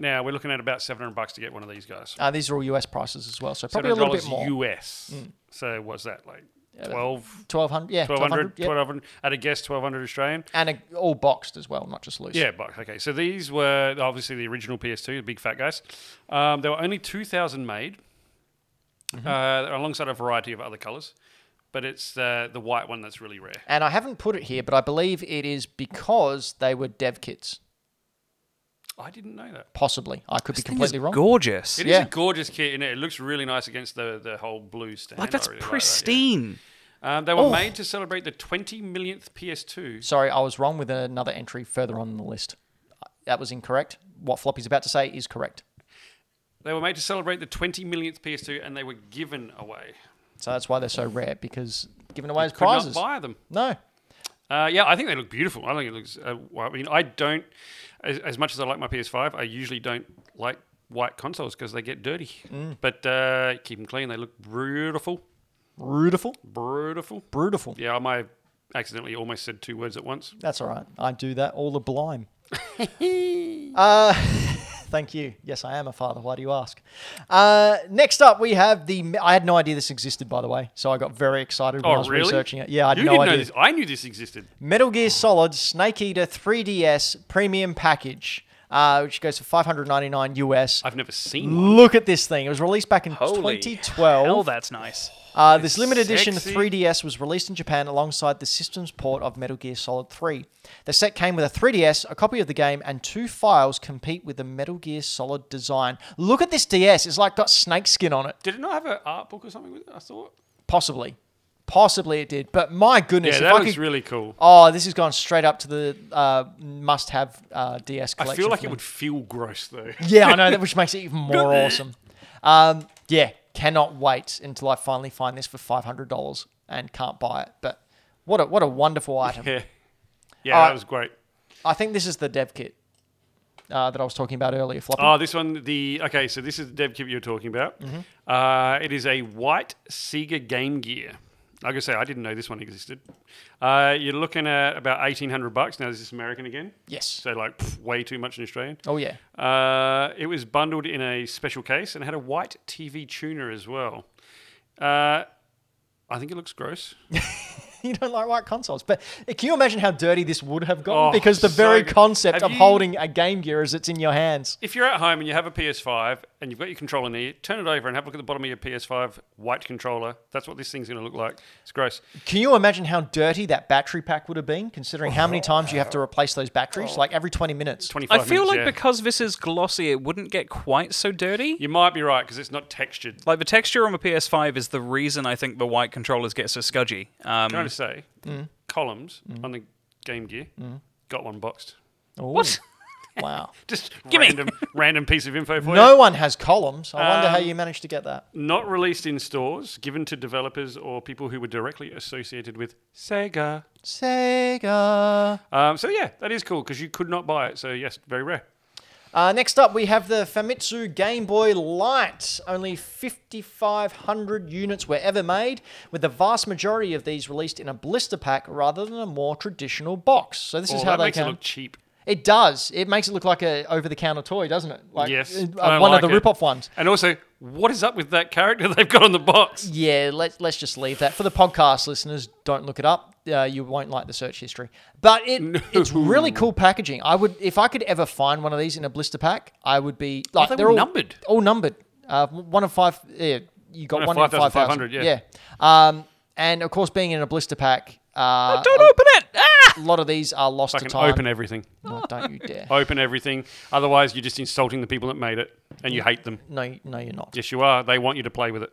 S2: now, we're looking at about 700 bucks to get one of these guys.
S1: Uh, these are all US prices as well, so probably a
S2: $700
S1: little bit more.
S2: US. So, what's that, like 12,
S1: Twelve hundred, yeah, twelve
S2: 1200,
S1: hundred, yeah,
S2: 1200 at a guess, 1200 Australian?
S1: and a, all boxed as well, not just loose.
S2: Yeah, bucks. Okay, so these were obviously the original PS2, the big fat guys. Um, there were only 2,000 made,
S1: Mm-hmm.
S2: uh, alongside a variety of other colors, but it's uh, the white one that's really rare.
S1: And I haven't put it here, but I believe it is because they were dev kits.
S2: I didn't know that.
S1: Possibly, I could be
S3: Thing is
S1: completely wrong.
S3: gorgeous.
S2: It is
S1: Yeah.
S2: a gorgeous kit, and it looks really nice against the, the whole blue stand.
S3: Like that's
S2: I really that, yeah.
S3: pristine.
S2: Um, they were
S1: Oh.
S2: made to celebrate the 20 millionth PS2.
S1: Sorry, I was wrong with another entry further on in the list. That was incorrect. What Floppy's about to say is correct.
S2: They were made to celebrate the 20 millionth PS2, and they were given away.
S1: So that's why they're so rare because given away as
S2: Could not
S1: prizes.
S2: buy them.
S1: No.
S2: Uh, yeah, I think they look beautiful. I think it looks. Uh, well, I mean, I don't. As, as much as I like my PS5, I usually don't like white consoles because they get dirty.
S1: Mm.
S2: But uh, keep them clean. They look beautiful.
S1: Beautiful.
S2: Beautiful.
S1: Beautiful.
S2: Yeah, I might have accidentally almost said two words at once.
S1: That's all right. I do that all the
S2: *laughs*
S1: blime. uh, *laughs* thank you. Yes, I am a father. Why do you ask? Uh, next up, we have the. I had no idea this existed, by the way, so I got very excited when I
S2: Oh,
S1: was
S2: really?
S1: researching it. Yeah, I had
S2: you
S1: no
S2: didn't
S1: idea.
S2: know this. I knew this existed.
S1: Metal Gear Solid Snake Eater 3DS Premium Package, uh, which goes for 599 US.
S2: I've never seen one.
S1: Look at this thing. It was released back in
S3: Holy
S1: 2012.
S3: Hell, that's nice.
S1: Uh, this limited edition
S2: sexy.
S1: 3DS was released in Japan alongside the system's port of Metal Gear Solid 3. The set came with a 3DS, a copy of the game, and two files complete with the Metal Gear Solid design. Look at this DS. It's like got snake skin on it.
S2: Did it not have an art book or something with it? I thought.
S1: Possibly. Possibly it did. But my
S2: Yeah,
S1: goodness. if
S2: that
S1: I
S2: looks
S1: could-
S2: really cool.
S1: Oh, this has gone straight up to the uh, must have uh, DS collection.
S2: I feel like
S1: for
S2: it
S1: me.
S2: would feel gross though.
S1: *laughs* Yeah, I know that, which makes it even more awesome. Um, yeah, cannot wait until I finally find this for five hundred dollars and can't buy it. But what a what a
S2: *laughs*
S1: wonderful item!
S2: *laughs* Yeah, yeah,
S1: Uh,
S2: that was great.
S1: I think this is the dev kit uh, that I was talking about earlier. Floppy.
S2: Oh, this one, the okay, so this is the dev kit you're talking about.
S1: Mm-hmm.
S2: Uh, it is a white Sega Game Gear. Like I say, I didn't know this one existed. Uh, you're looking at about eighteen hundred bucks. Now this is American again,
S1: yes.
S2: so like pff, way too much in Australian.
S1: Oh yeah. *laughs*
S2: Uh, it was bundled in a special case and had a white TV tuner as well. Uh, I think it looks gross.
S1: you don't like white consoles, but uh, can you imagine how dirty this would have gone?
S2: Oh,
S1: because the
S2: so
S1: very
S2: good.
S1: concept
S2: Have
S1: of
S2: you-
S1: holding a Game Gear as it's in your hands.
S2: If you're at home and you have a PS5 and you've got your controller near you, turn it over and have a look at the bottom of your PS5 white controller. That's what this thing's going to look like. It's gross.
S1: Can you imagine how dirty that battery pack would have been, considering how many times you have to replace those batteries?
S2: Oh.
S1: Like every twenty minutes.
S2: 25
S3: I feel
S2: minutes,
S3: like
S2: yeah.
S3: because this is glossy, it wouldn't get quite so dirty.
S2: You might be right because it's not textured.
S3: Like the texture on the PS5 is the reason I think the white controllers get so scudgy. Um,
S2: Can I just say, columns
S3: Mm.
S2: on the Game Gear got one boxed. *laughs*
S1: What? Wow.
S2: Just
S3: Gimme.
S2: random, random piece of info for you.
S1: No one has columns. I wonder
S2: Um,
S1: how you managed to get that.
S2: Not released in stores, given to developers or people who were directly associated with Sega.
S1: Sega.
S2: Um, so yeah, that is cool because you could not buy it. So yes, very rare.
S1: Uh, next up, we have the Famitsu Game Boy Light. Only 5,500 units were ever made, with the vast majority of these released in a blister pack rather than a more traditional box. So this
S2: Well,
S1: is how
S2: Oh, that
S1: they
S2: makes
S1: can.
S2: it look cheap.
S1: It does. It makes it look like a over-the-counter toy, doesn't it? Like
S2: Yes,
S1: uh,
S2: I don't
S1: one
S2: like
S1: of the
S2: it.
S1: rip-off ones.
S2: And also, what is up with that character *laughs* they've got on the box?
S1: Yeah, let's let's just leave that for the podcast listeners. Don't look it up; uh, you won't like the search history. But it it's really cool packaging. I would if I could ever find one of these in a blister pack, I would be like
S2: they
S1: they're
S2: were
S1: all
S2: numbered.
S1: all numbered. Uh, one of five. Yeah, you got
S2: One of
S1: one, in
S2: 5,500,
S1: five
S2: yeah.
S1: yeah. Um, and of course, being in a blister pack,
S2: Oh,
S1: uh,
S3: Don't open it! Ah!
S1: a lot of these are lost
S2: Fucking
S1: to time.
S2: open Oh. everything.
S1: No, don't you
S2: *laughs*
S1: dare!
S2: Open everything. Otherwise, you're just insulting the people that made it, and you hate them.
S1: No, no, you're not.
S2: Yes, you are. They want you to play with it.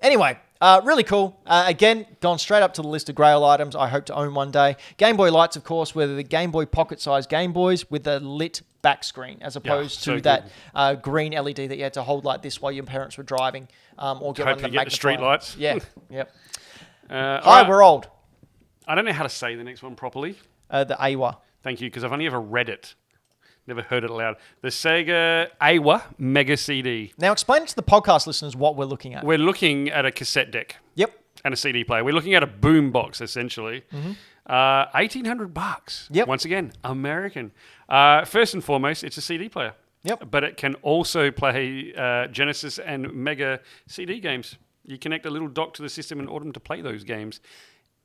S1: Anyway, uh, really cool. Uh, again, gone straight up to the list of grail items I hope to own one day. Game Boy Lights, of course, were the Game Boy pocket sized Game Boys with a lit back screen as opposed
S2: so
S1: to
S2: good.
S1: that uh, green LED that you had to hold like this while your parents were driving um, or get
S2: Hope
S1: one of the
S2: you get the street
S1: magnifier.
S2: lights. *laughs*
S1: Yeah, yep.
S2: Uh, all
S1: Hi,
S2: right.
S1: we're old.
S2: I don't know how to say the next one properly.
S1: Uh, the AWA.
S2: Thank you, because I've only ever read it, never heard it aloud. The Sega AWA Mega CD.
S1: Now, explain to the podcast listeners what we're looking at.
S2: We're looking at a cassette deck
S1: yep.
S2: and a CD player. We're looking at a boom box essentially. Uh, Eighteen hundred bucks.
S1: Mm-hmm. Yep.
S2: Once again, American. Uh, first and foremost, it's a CD player.
S1: Yep.
S2: But it can also play uh, Genesis and Mega CD games. You connect a little dock to the system in order to play those games.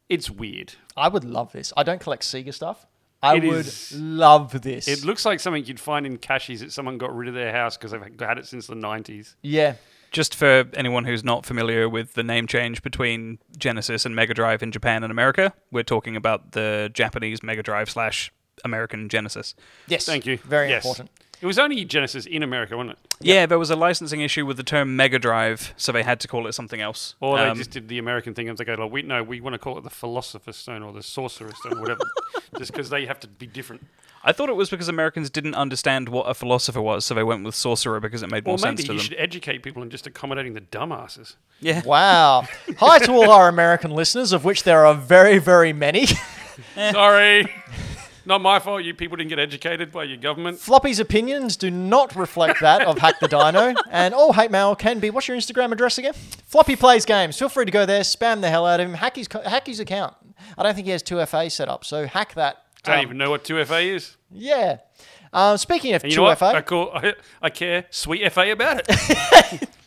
S2: It's weird.
S1: I would love this. I don't collect Sega stuff. I
S2: It
S1: would
S2: is-
S1: love this.
S2: It looks like something you'd find in cashies that someone got rid of their house because they've had it since the 90s.
S1: yeah.
S3: Just for anyone who's not familiar with the name change between Genesis and Mega Drive in Japan and America, we're talking about the Japanese Mega Drive slash American Genesis.
S1: Yes.
S2: Thank you.
S1: Very
S2: Yes.
S1: important.
S2: It was only Genesis in America, wasn't it?
S3: Yeah, there was a licensing issue with the term Mega Drive, so they had to call it something else.
S2: Or they
S3: Um,
S2: just did the American thing and they go, like, we, no, we want to call it the Philosopher's Stone or the Sorcerer's
S1: *laughs*
S2: Stone, whatever. just because they have to be different.
S3: I thought it was because Americans didn't understand what a philosopher was, so they went with sorcerer because it made
S2: Or
S3: more sense
S2: maybe
S3: to
S2: you
S3: them.
S2: should educate people in just accommodating the dumbasses.
S3: Yeah.
S1: Wow. Hi to all our American listeners, of which there are very, very many. *laughs* Eh.
S2: Sorry. Not my fault. You people didn't get educated by your government.
S1: Floppy's opinions do not reflect that of Hack the Dino, and all hate mail can be. What's your Instagram address again? Floppy plays games. Feel free to go there, spam the hell out of him. Hack his, co- hack his account. I don't think he has 2FA set up, so hack that.
S2: I don't
S1: Um,
S2: even know what 2FA is.
S1: Yeah. Um, speaking of
S2: And you know what? I,
S1: 2FA,
S2: call, I, I care sweet FA about it. *laughs*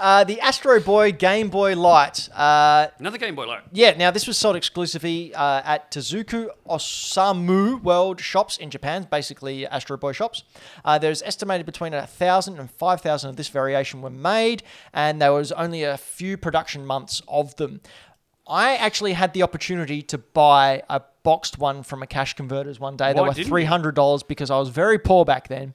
S1: uh, the Astro Boy Game Boy Light. Uh,
S2: Another Game Boy Light.
S1: Yeah, now this was sold exclusively uh, at Tezuku Osamu World shops in Japan, basically Astro Boy shops. Uh, there's estimated between 1,000 and 5,000 of this variation were made, and there was only a few production months of them. I actually had the opportunity to buy a boxed one from a cash converters one day.
S2: Why
S1: They were
S2: didn't you?
S1: $300 because I was very poor back then,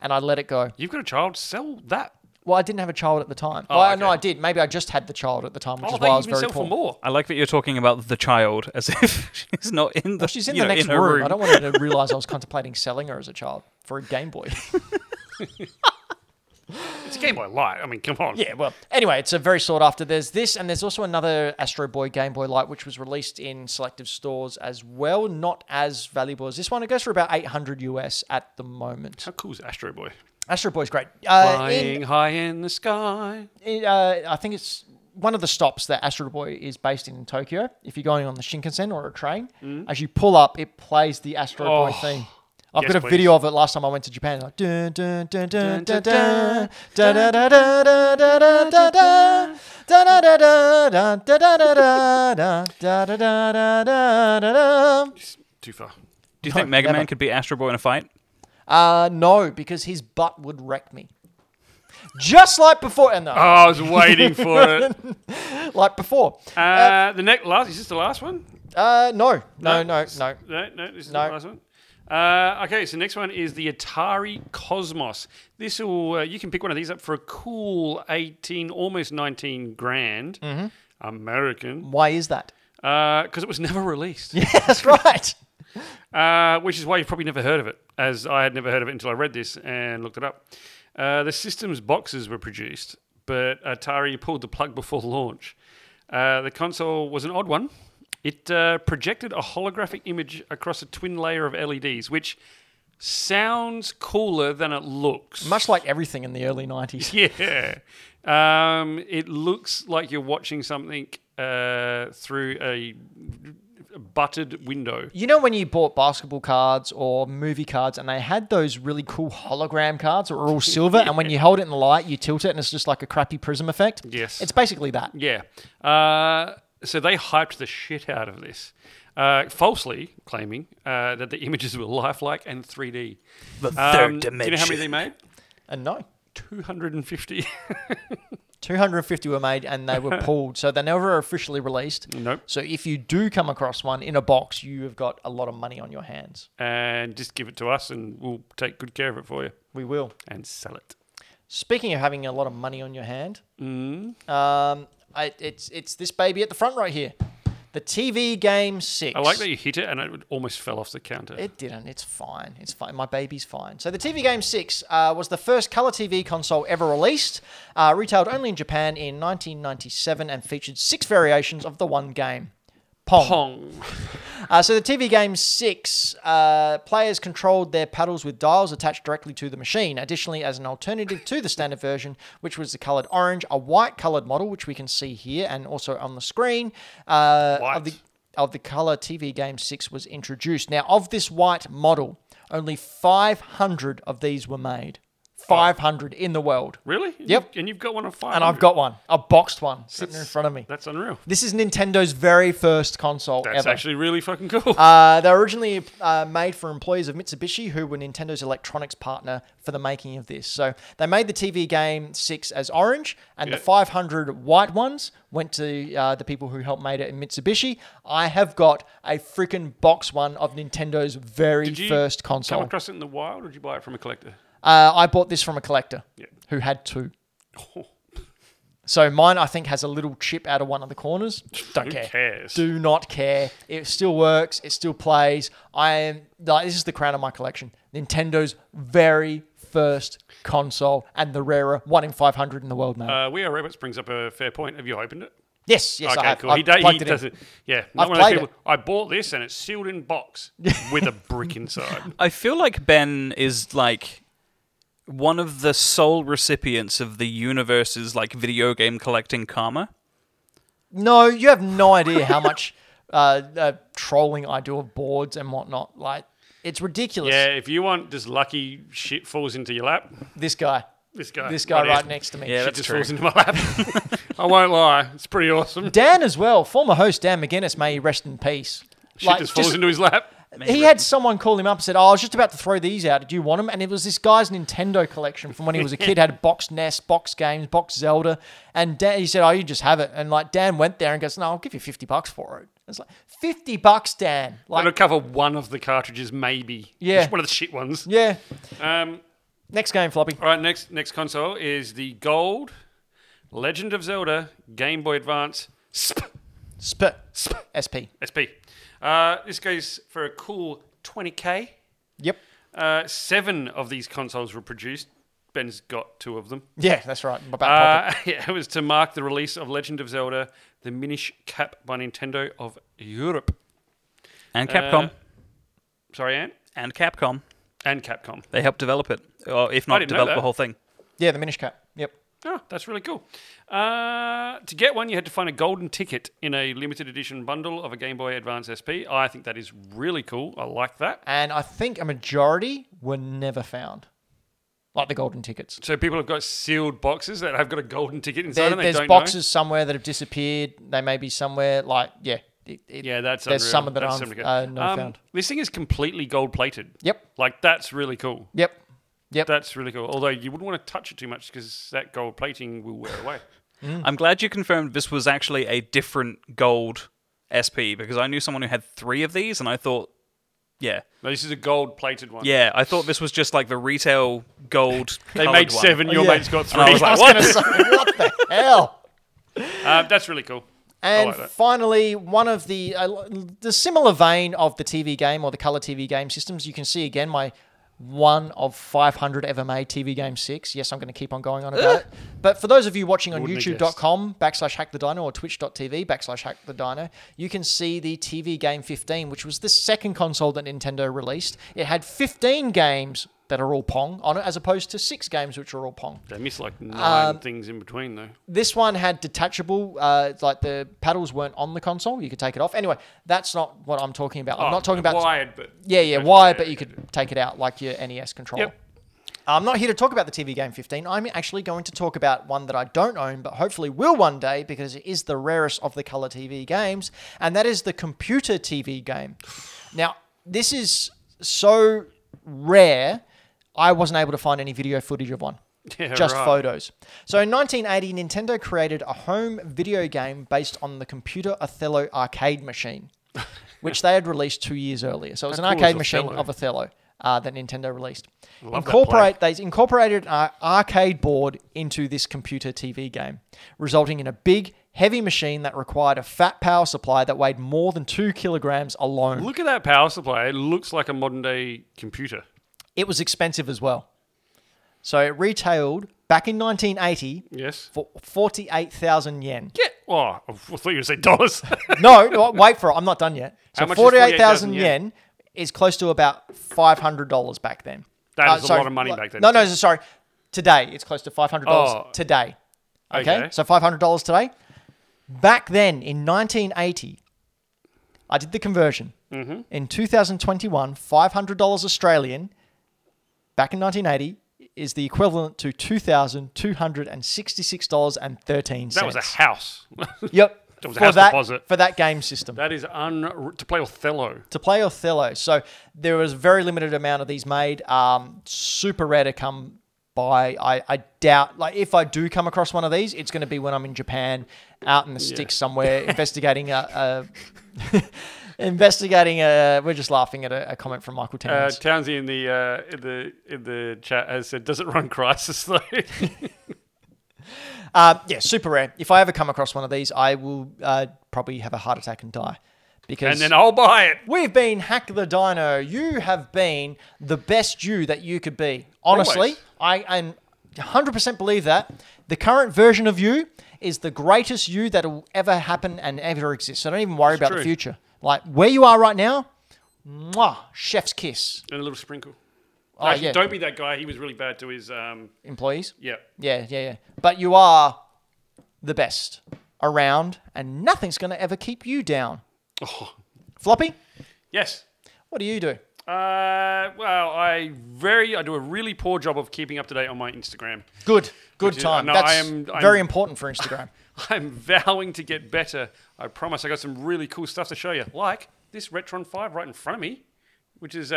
S1: and I let it go.
S2: You've got a child, sell that.
S1: Well, I didn't have a child at the time. Oh, well, no,
S2: okay.
S1: I did. Maybe I just had the child at the time, which
S2: Oh,
S1: is why I
S2: they
S1: was
S2: even
S1: very
S2: sell
S1: poor.
S2: for more.
S3: I like that you're talking about the child as *laughs* if she's not in the.
S1: Well, she's in
S3: you
S1: the
S3: know,
S1: next
S3: her
S1: room. I don't want her to realize I was contemplating selling her as a child for a Game Boy.
S2: It's a Game Boy Light. I mean, come on.
S1: yeah, well, anyway, it's a very sought after. There's this, and there's also another Astro Boy Game Boy Light, which was released in selective stores as well. Not as valuable as this one. It goes for about 800 US at the moment.
S2: How cool is Astro Boy?
S1: Astro Boy's great. Uh, in-
S2: Flying high in the sky.
S1: it, uh, I think it's one of the stops that Astro Boy is based in in Tokyo. If you're going on the Shinkansen or a train, as you pull up, it plays the Astro Boy
S2: Oh.
S1: theme. I've
S2: Yes,
S1: got a
S2: please.
S1: video of it last time I went to Japan. Like, dun, dun, dun, dun, dun, dun, dun, dun, dun, dun, dun, dun, dun, dun, dun, dun, dun, dun, dun, dun, dun, dun, dun, dun, dun, dun, dun, dun, dun.
S2: It's too far.
S3: Do you think
S1: No,
S3: Mega
S1: never.
S3: Man could beat Astro Boy in a fight?
S1: Uh, no, because his butt would wreck me. Just like before, and
S2: Oh,
S1: no,
S2: I was waiting for it.
S1: like before.
S2: Uh, the next last is this the last one?
S1: Uh, no, no, no, no.
S2: No, no, this is
S1: No.
S2: the last one. Uh, okay, so next one is the Atari Cosmos. This will uh, you can pick one of these up for a cool eighteen, almost nineteen grand American,
S1: Why is *laughs* that?
S2: because it was never released,
S1: Yeah, *laughs* that's right.
S2: uh, which is why you've probably never heard of it, as I had never heard of it until I read this and looked it up. Uh, the system's boxes were produced, but Atari pulled the plug before *laughs* launch. Uh, the console was an odd one. It uh, projected a holographic image across a twin layer of LEDs, which sounds cooler than it looks. *laughs*
S1: Much like everything in the early 90s.
S2: yeah. Um, it looks like you're watching something uh, through a buttered window.
S1: *laughs* You know when you bought basketball cards or movie cards and they had those really cool hologram cards that were *laughs* all silver and when you hold it in the light you tilt it and it's just like a crappy prism effect?
S2: Yes.
S1: It's basically that.
S2: Yeah. Uh, so they hyped the shit out of this, uh, falsely claiming uh, that the images were lifelike and 3D.
S3: The
S2: Um, Do you know how many they made?
S1: And no.
S2: *laughs* 250.
S1: 250 were made and they *laughs* were pulled, so they're never officially released.
S2: nope.
S1: So if you do come across one in a box, you have got a lot of money on your hands.
S2: And just give it to us and we'll take good care of it for you
S1: We will.
S2: and sell it.
S1: Speaking of having a lot of money on your hand,
S2: Mm.
S1: um, I, it's it's this baby at the front right here, the TV game six.
S2: I like that you hit it and it almost fell off the counter.
S1: It didn't. It's fine. It's fine. My baby's fine. So the TV Game 6 uh, was the first color TV console ever released, uh, retailed only in Japan in 1997 and featured six variations of the one game. Pong.
S2: Pong.
S1: Uh, so the TV Game 6, uh, players controlled their paddles with dials attached directly to the machine. Additionally, as an alternative to the standard version, which was the coloured orange, a white coloured model, which we can see here and also on the screen, uh,
S2: White.
S1: of the of the color TV Game 6 was introduced. Now, of this white model, only 500 of these were made. 500 in the world.
S2: Really? And
S1: Yep.
S2: you've- And you've got one of five.
S1: And I've got one, a boxed one, sitting in
S2: That's-
S1: front of me.
S2: That's unreal.
S1: This is Nintendo's very first console
S2: That's
S1: ever.
S2: actually really fucking cool. *laughs*
S1: Uh, they were originally uh, made for employees of Mitsubishi, who were Nintendo's electronics partner for the making of this. So they made the TV game 6 as orange, and the
S2: Yeah.
S1: 500 white ones went to uh, the people who helped made it in Mitsubishi. I have got a freaking box one of Nintendo's very
S2: Did you
S1: first
S2: Come
S1: console.
S2: across it in the wild, or did you buy it from a collector?
S1: Uh, I bought this from a collector
S2: Yeah.
S1: who had two.
S2: Oh,
S1: So mine, I think, has a little chip out of one of the corners. Don't
S2: who
S1: care.
S2: cares?
S1: Do not care. It still works. It still plays. I am like this is the crown of my collection. Nintendo's very first console and the rarer one in five hundred in the world, man.
S2: Uh, we are robots brings up a fair point. Have you opened it?
S1: yes, yes, I
S2: okay,
S1: have.
S2: cool.
S1: I've
S2: he da- he
S1: plugged it in.
S2: doesn't. Yeah, not
S1: I've
S2: one of those
S1: played
S2: people. I bought this and it's sealed
S1: *laughs*
S2: in box with a brick inside.
S3: I feel like Ben is like one of the sole recipients of the universe's like video game collecting karma.
S1: No, you have no idea how much *laughs* uh, uh, trolling I do of boards and whatnot. Like it's ridiculous.
S2: Yeah, if you want just lucky shit falls into your lap,
S1: This guy,
S2: this guy,
S1: this guy
S2: here.
S1: right next to me.
S2: Shit
S3: Yeah,
S2: just
S3: that's true.
S2: falls into my lap.
S1: *laughs*
S2: *laughs* I won't lie, it's pretty awesome.
S1: Dan as well, former host Dan McGuinness, may he rest in peace.
S2: Shit just falls into his lap.
S1: he had someone call him up and said, "Oh, I was just about to throw these out. Do you want them?" And it was this guy's Nintendo collection from when he was a kid. had a box NES, box games, box Zelda, and Dan, he said, "Oh, you just have it." And like Dan went there and goes, "No, I'll give you fifty bucks for it." It's like fifty bucks, Dan. Like,
S2: It'll cover one of the cartridges, maybe.
S1: Yeah.
S2: Just one of the shit ones.
S1: yeah.
S2: Um,
S1: Next game, floppy.
S2: all right, next next console is the Gold Legend of Zelda Game Boy Advance SP.
S1: Sp. SP.
S2: SP. Uh, this goes for a cool 20k.
S1: Yep.
S2: Uh, seven of these consoles were produced. Ben's got two of them.
S1: Yeah, that's right. My back pocket.
S2: Uh, *laughs* yeah, it was to mark the release of Legend of Zelda: The Minish Cap by Nintendo of Europe.
S3: And Capcom.
S2: Uh, Sorry, Ant
S3: and Capcom.
S2: and Capcom.
S3: They helped develop it. Or if not
S2: didn't know
S3: develop the
S2: that.
S3: whole thing.
S1: Yeah, the Minish Cap. Yep.
S2: Oh, that's really cool. Uh, to get one, you had to find a golden ticket in a limited edition bundle of a Game Boy Advance SP. I think that is really cool. I like that.
S1: And I think a majority were never found, like the golden tickets.
S2: So people have got sealed boxes that have got a golden ticket inside,
S1: There,
S2: and they
S1: there's
S2: don't
S1: boxes
S2: know.
S1: somewhere that have disappeared. They may be somewhere like yeah. it- it-
S2: Yeah, that's
S1: there's
S2: unreal.
S1: some that
S2: That's
S1: aren't
S2: something good.
S1: uh, not found.
S2: This thing is completely gold plated.
S1: Yep.
S2: Like that's really cool.
S1: Yep. Yep.
S2: That's really cool. Although you wouldn't want to touch it too much because that gold plating will wear
S1: *laughs*
S2: away.
S3: I'm glad you confirmed this was actually a different gold SP because I knew someone who had three of these and I thought, yeah.
S2: No, this is a gold plated one.
S3: Yeah, I thought this was just like the retail gold.
S2: They made seven. Your
S1: Oh, Yeah.
S2: mate's got three.
S3: And I
S2: *laughs*
S3: was like,
S1: I was gonna say, what the hell?
S2: Uh, that's really cool.
S1: And
S2: like that.
S1: finally, one of the uh, the similar vein of the TV game or the color TV game systems, you can see again my one of 500 ever made TV game six. Yes, I'm going to keep on going on about it. But for those of you watching on
S2: Wouldn't have guessed.
S1: youtube.com backslash hack the dino or twitch.tv backslash hack the dino, you can see the TV game 15, which was the second console that Nintendo released. It had 15 games that are all Pong on it, as opposed to six games which are all Pong.
S2: They missed like nine
S1: Um,
S2: things in between though.
S1: This one had detachable, uh, like the paddles weren't on the console. You could take it off. Anyway, that's not what I'm talking about. I'm
S2: Oh,
S1: not talking about.
S2: wired, but
S1: Yeah, yeah,
S2: but-
S1: wired, but you could take it out like your NES controller.
S2: Yep.
S1: I'm not here to talk about the TV game 15. I'm actually going to talk about one that I don't own, but hopefully will one day because it is the rarest of the color TV games, and that is the computer TV game. Now, this is so rare, I wasn't able to find any video footage of one *laughs*
S2: Yeah,
S1: just
S2: right.
S1: photos. So in 1980, Nintendo created a home video game based on the computer Othello arcade machine,
S2: *laughs*
S1: which they had released two years earlier. So it was
S2: How
S1: an
S2: cool is
S1: arcade machine
S2: Othello?
S1: of Othello uh, that Nintendo released.
S2: Love that
S1: Incorporate they incorporated an arcade board into this computer TV game, resulting in a big, heavy machine that required a fat power supply that weighed more than two kilograms alone.
S2: Look at that power supply. It looks like a modern day computer.
S1: It was expensive as well. So it retailed back in 1980
S2: Yes.
S1: for 48,000 yen. *laughs*
S2: Get. Oh, I thought you were going to say *laughs* dollars.
S1: no, no, wait for it. I'm not done yet. So
S2: How much is
S1: 48,000
S2: 48,000
S1: yen,
S2: yen?
S1: is close to about $500 back then.
S2: That
S1: That is
S2: is a lot of money back then.
S1: No, no, sorry. Today, it's close to $500
S2: Oh.
S1: today. Okay?
S2: Okay.
S1: So $500 today. Back then in 1980, I did the conversion.
S2: Mm-hmm.
S1: In 2021, $500 Australian, back in 1980, is the equivalent to two thousand two hundred and sixty-six dollars and thirteen
S2: That
S1: cents.
S2: was a house. *laughs*
S1: yep.
S2: that was a
S1: for
S2: house
S1: that,
S2: deposit.
S1: for that game system.
S2: that is un to play Othello.
S1: to play Othello. So there was very limited amount of these made. Um, super rare to come by. I, I doubt, like, if I do come across one of these, it's going to be when I'm in Japan, out in the sticks somewhere, investigating a. a *laughs* investigating a. We're just laughing at a, a comment from Michael
S2: Uh,
S1: Towns.
S2: Townsy in the uh, in the in the chat has said, "Does it run Crisis *laughs* though?"
S1: Uh, yeah, super rare. If I ever come across one of these, I will uh, probably have a heart attack and die. Because
S2: and then I'll buy it.
S1: We've been Hack the Dino. You have been the best you that you could be. Honestly,
S2: Always.
S1: I am 100% believe that. The current version of you is the greatest you that will ever happen and ever exist. So don't even worry about the
S2: true.
S1: future. Like where you are right now, mwah, chef's kiss,
S2: And a little sprinkle.
S1: Oh,
S2: Actually,
S1: yeah.
S2: Don't be that guy. He was really bad to his. Um,
S1: employees.
S2: yeah.
S1: Yeah, yeah, yeah. But you are the best around and nothing's going to ever keep you down.
S2: Oh.
S1: Floppy,
S2: Yes.
S1: what do you do?
S2: Uh, well, I very I do a really poor job of keeping up to date on my Instagram.
S1: Good, good
S2: Which is-
S1: time.
S2: no, I
S1: That's
S2: am- I'm-
S1: very important for Instagram.
S2: *laughs* I'm vowing to get better. I promise. I got some really cool stuff to show you, like this Retron 5 right in front of me, which is a,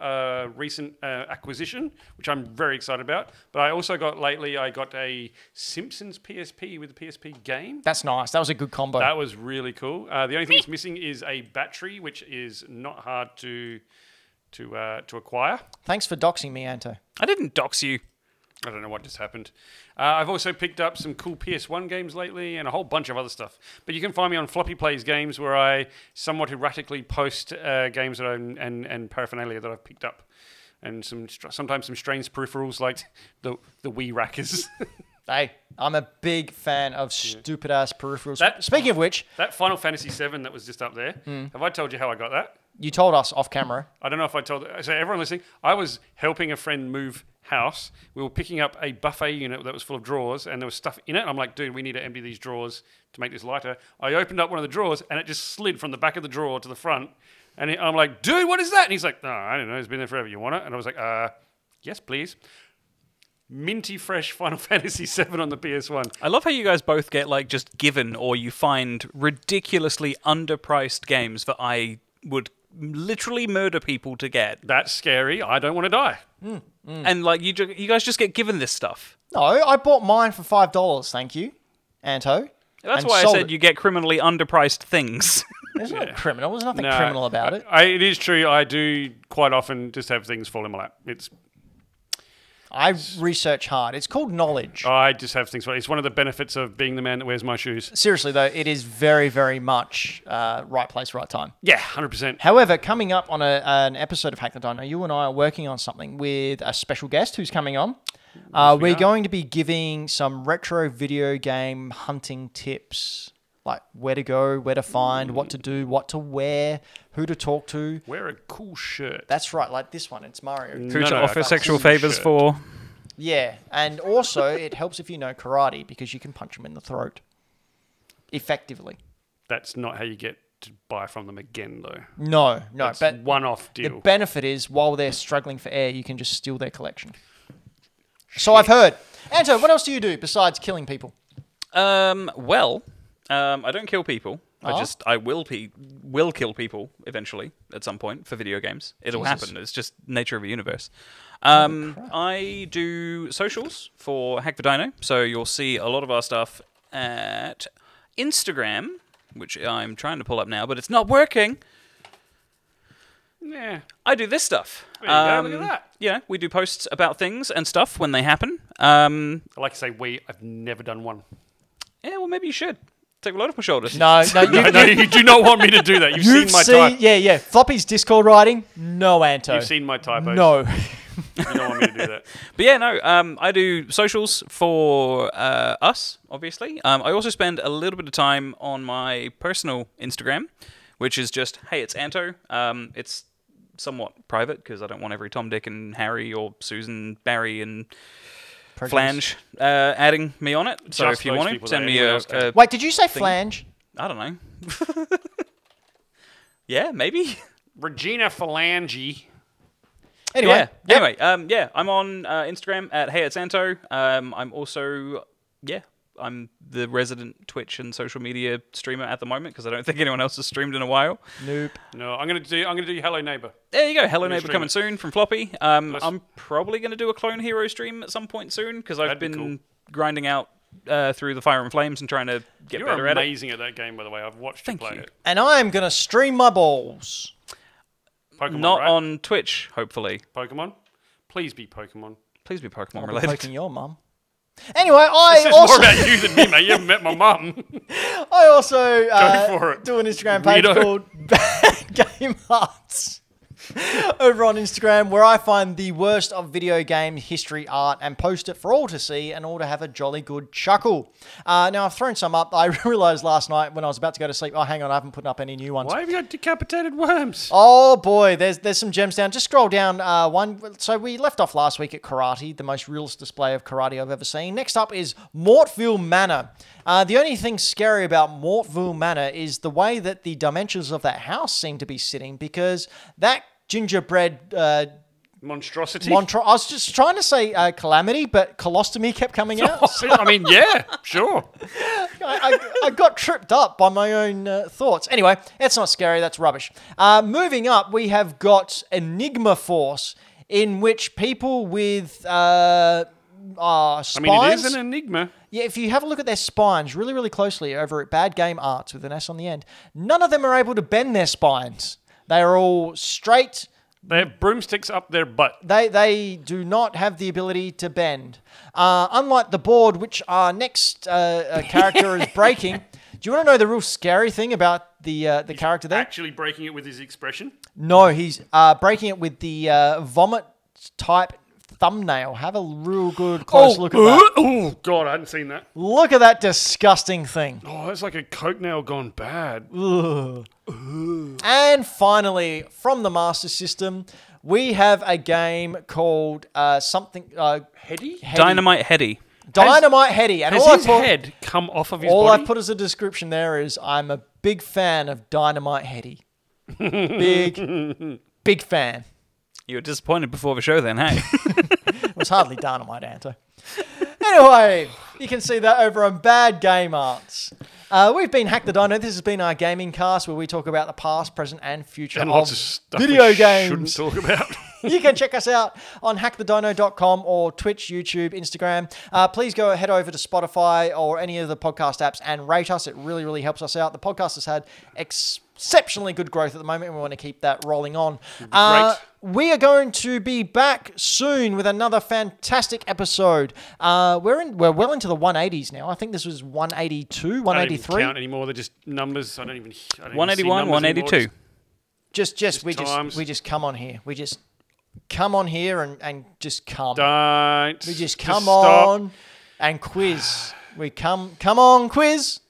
S2: a, a recent uh, acquisition, which I'm very excited about. But I also got lately, I got a Simpsons PSP with a PSP game.
S1: That's nice. That was a good combo.
S2: That was really cool. Uh, the only thing that's missing is a battery, which is not hard to to uh, to acquire.
S1: Thanks for doxing me, Anto.
S3: I didn't dox you.
S2: I don't know what just happened. Uh, I've also picked up some cool PS1 games lately and a whole bunch of other stuff. But you can find me on Floppy Plays Games, where I somewhat erratically post uh, games that I'm, and, and paraphernalia that I've picked up, and some str- sometimes some strange peripherals like the the Wii Rackers. *laughs*
S1: Hey, I'm a big fan of stupid ass peripherals.
S2: That-
S1: Speaking of which,
S2: that Final Fantasy VII that was just up there. Have I told you how I got that?
S1: you told us off camera.
S2: I don't know if I told. So everyone listening, I was helping a friend move house. We were picking up a buffet unit that was full of drawers, and there was stuff in it. I'm like, dude, we need to empty these drawers to make this lighter. I opened up one of the drawers, and it just slid from the back of the drawer to the front. And he- I'm like, dude, what is that? And he's like, no, I don't know. It's been there forever. You want it? And I was like, uh, yes, please. Minty fresh Final *laughs* Fantasy VII on the PS1.
S3: I love how you guys both get like just given or you find ridiculously underpriced games that I would literally murder people to get.
S2: That's scary. I don't want to die. Mm.
S3: And like you ju- you guys just get given this stuff.
S1: No, I bought mine for five dollars. Thank you, Anto.
S3: That's
S1: and
S3: why I
S1: sold
S3: said
S1: it.
S3: you get criminally underpriced things.
S1: There's no criminal. There's nothing
S2: No,
S1: criminal about
S2: I-
S1: it.
S2: I, it is true. I do quite often just have things fall in my lap. It's
S1: I research hard. It's called knowledge.
S2: I just have things. It's one of the benefits of being the man that wears my shoes.
S1: Seriously though, it is very, very much uh, right place, right time.
S2: Yeah, hundred percent.
S1: However, coming up on a, an episode of Hack the Dino, you and I are working on something with a special guest who's coming on. Uh, we're going to be giving some retro video game hunting tips, like where to go, where to find, what to do, what to wear, who to talk to.
S2: Wear a cool shirt.
S1: That's right, like this one. It's Mario.
S3: Who
S2: No,
S3: to
S2: no,
S3: offer
S2: that's
S3: sexual
S2: his
S3: favors
S2: shirt.
S3: for?
S1: Yeah, and also *laughs* it helps if you know karate because you can punch him in the throat effectively.
S2: That's not how you get to buy from them again, though.
S1: No, no,
S2: It's
S1: but
S2: one-off
S1: the
S2: deal.
S1: benefit is while they're struggling for air, you can just steal their collection. So I've heard. Anto, what else do you do besides killing people?
S3: Um, well, um, I don't kill people.
S1: Aw.
S3: I just I will pe- will kill people eventually at some point for video games. It'll
S1: Jesus.
S3: happen. It's just nature of the universe. Um, I do socials for Hack the Dino, so you'll see a lot of our stuff at Instagram, which I'm trying to pull up now, but it's not working.
S2: yeah.
S3: I do this stuff. Um,
S2: There you go, look at that.
S3: You know, we do posts about things and stuff when they happen. Um,
S2: I like to say we. I've never done one.
S3: yeah, well, maybe you should take a load off my shoulders.
S1: No, *laughs* no, you,
S2: No, you do not want me to do that.
S1: *laughs*
S2: You've
S1: you've
S2: seen my
S1: seen,
S2: type.
S1: yeah, yeah. Floppy's Discord writing, no Anto.
S2: You've seen my typos.
S1: no. *laughs*
S2: you don't want me to do that.
S3: But yeah, no, um, I do socials for uh, us, obviously. Um, I also spend a little bit of time on my personal Instagram, which is just, hey, it's Anto. Um, it's somewhat private because I don't want every Tom, Dick, and Harry or Susan, Barry, and Flange uh, adding me on it. So
S2: Just
S3: if you
S2: those
S3: want to,
S2: people
S3: send
S2: that
S3: me
S2: anyone
S3: a,
S2: else can.
S3: a
S1: Wait, did you say flange?
S3: I don't know. *laughs* yeah, maybe. *laughs*
S2: Regina Phalange.
S1: Anyway,
S3: yeah.
S1: yep.
S3: Anyway, um, yeah, I'm on uh, Instagram at Hey at Santo. Um, I'm also, yeah, I'm the resident Twitch and social media streamer at the moment because I don't *laughs* think anyone else has streamed in a while.
S1: Nope.
S2: No, I'm gonna do. I'm gonna do Hello Neighbor.
S3: There you go. Hello Neighbor
S2: stream
S3: coming
S2: it.
S3: soon from Floppy. Um,
S2: Nice.
S3: I'm probably going to do a Clone Hero stream at some point soon because I've
S2: That'd be
S3: been
S2: cool.
S3: grinding out uh, through the Fire and Flames and trying to get
S2: You're
S3: better at it.
S2: amazing at, that game, by the way. I've watched
S3: Thank
S2: you play
S3: you.
S2: it.
S1: And I'm gonna stream my balls.
S2: Pokemon,
S3: Not
S2: right?
S3: on Twitch, hopefully.
S2: Pokemon. Please be Pokemon.
S3: Please be Pokemon
S1: I'll be
S3: related. *laughs*
S1: poking your mum. Anyway, I
S2: This is
S1: also
S2: more about you than me, mate. You haven't met my mum.
S1: I also uh,
S2: for it,
S1: do an Instagram page
S2: weirdo.
S1: called *laughs* Bad Game Arts over on Instagram, where I find the worst of video game history art and post it for all to see and all to have a jolly good chuckle. Uh, now I've thrown some up. I *laughs* realised last night when I was about to go to sleep. Oh, hang on, I haven't put up any new ones.
S2: Why have you got decapitated worms?
S1: Oh boy, there's there's some gems down. Just scroll down uh, one. So we left off last week at karate, the most realist display of karate I've ever seen. Next up is Mortville Manor. Uh, the only thing scary about Mortville Manor is the way that the dimensions of that house seem to be sitting because that gingerbread. Uh,
S2: Monstrosity.
S1: Montro- I was just trying to say uh, calamity, but colostomy kept coming out. *laughs*
S2: I mean, yeah, sure.
S1: I, I, I got tripped up by my own uh, thoughts. Anyway, that's not scary. That's rubbish. Uh, moving up, we have got Enigma Force, in which people with uh, uh, spines.
S2: I mean, it is an enigma.
S1: Yeah, if you have a look at their spines really, really closely over at Bad Game Arts with an S on the end, none of them are able to bend their spines. They are all straight.
S2: They have broomsticks up their butt.
S1: They they do not have the ability to bend. Uh, unlike the board, which our next uh, uh, character
S2: *laughs*
S1: is breaking. Do you want to know the real scary thing about the uh, the character there?
S2: Actually, breaking it with his expression.
S1: No, he's uh, breaking it with the uh, vomit type thumbnail. Have a real good close look at that.
S2: oh, God, I hadn't seen that.
S1: Look at that disgusting thing.
S2: Oh, it's like a coke nail gone bad.
S1: And finally, from the Master System, we have a game called uh, something uh,
S2: Heady?
S1: Heady.
S3: Dynamite Heady.
S1: Dynamite Heady. And
S2: Has
S1: all I
S2: his
S1: thought-
S2: head come off of his
S1: All
S2: body?
S1: I've put as a description there is I'm a big fan of Dynamite
S2: *laughs*
S1: Hetty. big, big fan.
S3: You were disappointed before the show, then, hey?
S1: It was hardly Dynamite Anto. Anyway, you can see that over on Bad Game Arts. Uh, we've been Hack the Dino. This has been our gaming cast where we talk about the past, present, and future
S2: and
S1: of
S2: lots of stuff we
S1: video
S2: shouldn't
S1: games.
S2: talk
S1: *laughs*
S2: about.
S1: you can check us out on hackthedino.com or Twitch, YouTube, Instagram. Uh, please go head over to Spotify or any of the podcast apps and rate us. It really, really helps us out. The podcast has had exceptionally good growth at the moment, and we want to keep that rolling on. Uh, we are going to be back soon with another fantastic episode. Uh, we're in, we're well into the 180s now. I think this was 182,
S2: I don't even
S1: 183.
S2: count anymore. They're just numbers. I don't even. I don't even see
S3: 181,
S2: numbers anymore.
S3: 182.
S1: Just, just we
S2: times.
S1: just we just come on here. We just come on here and and just come.
S2: Don't.
S1: We just come
S2: stop.
S1: on and quiz. We come come on quiz.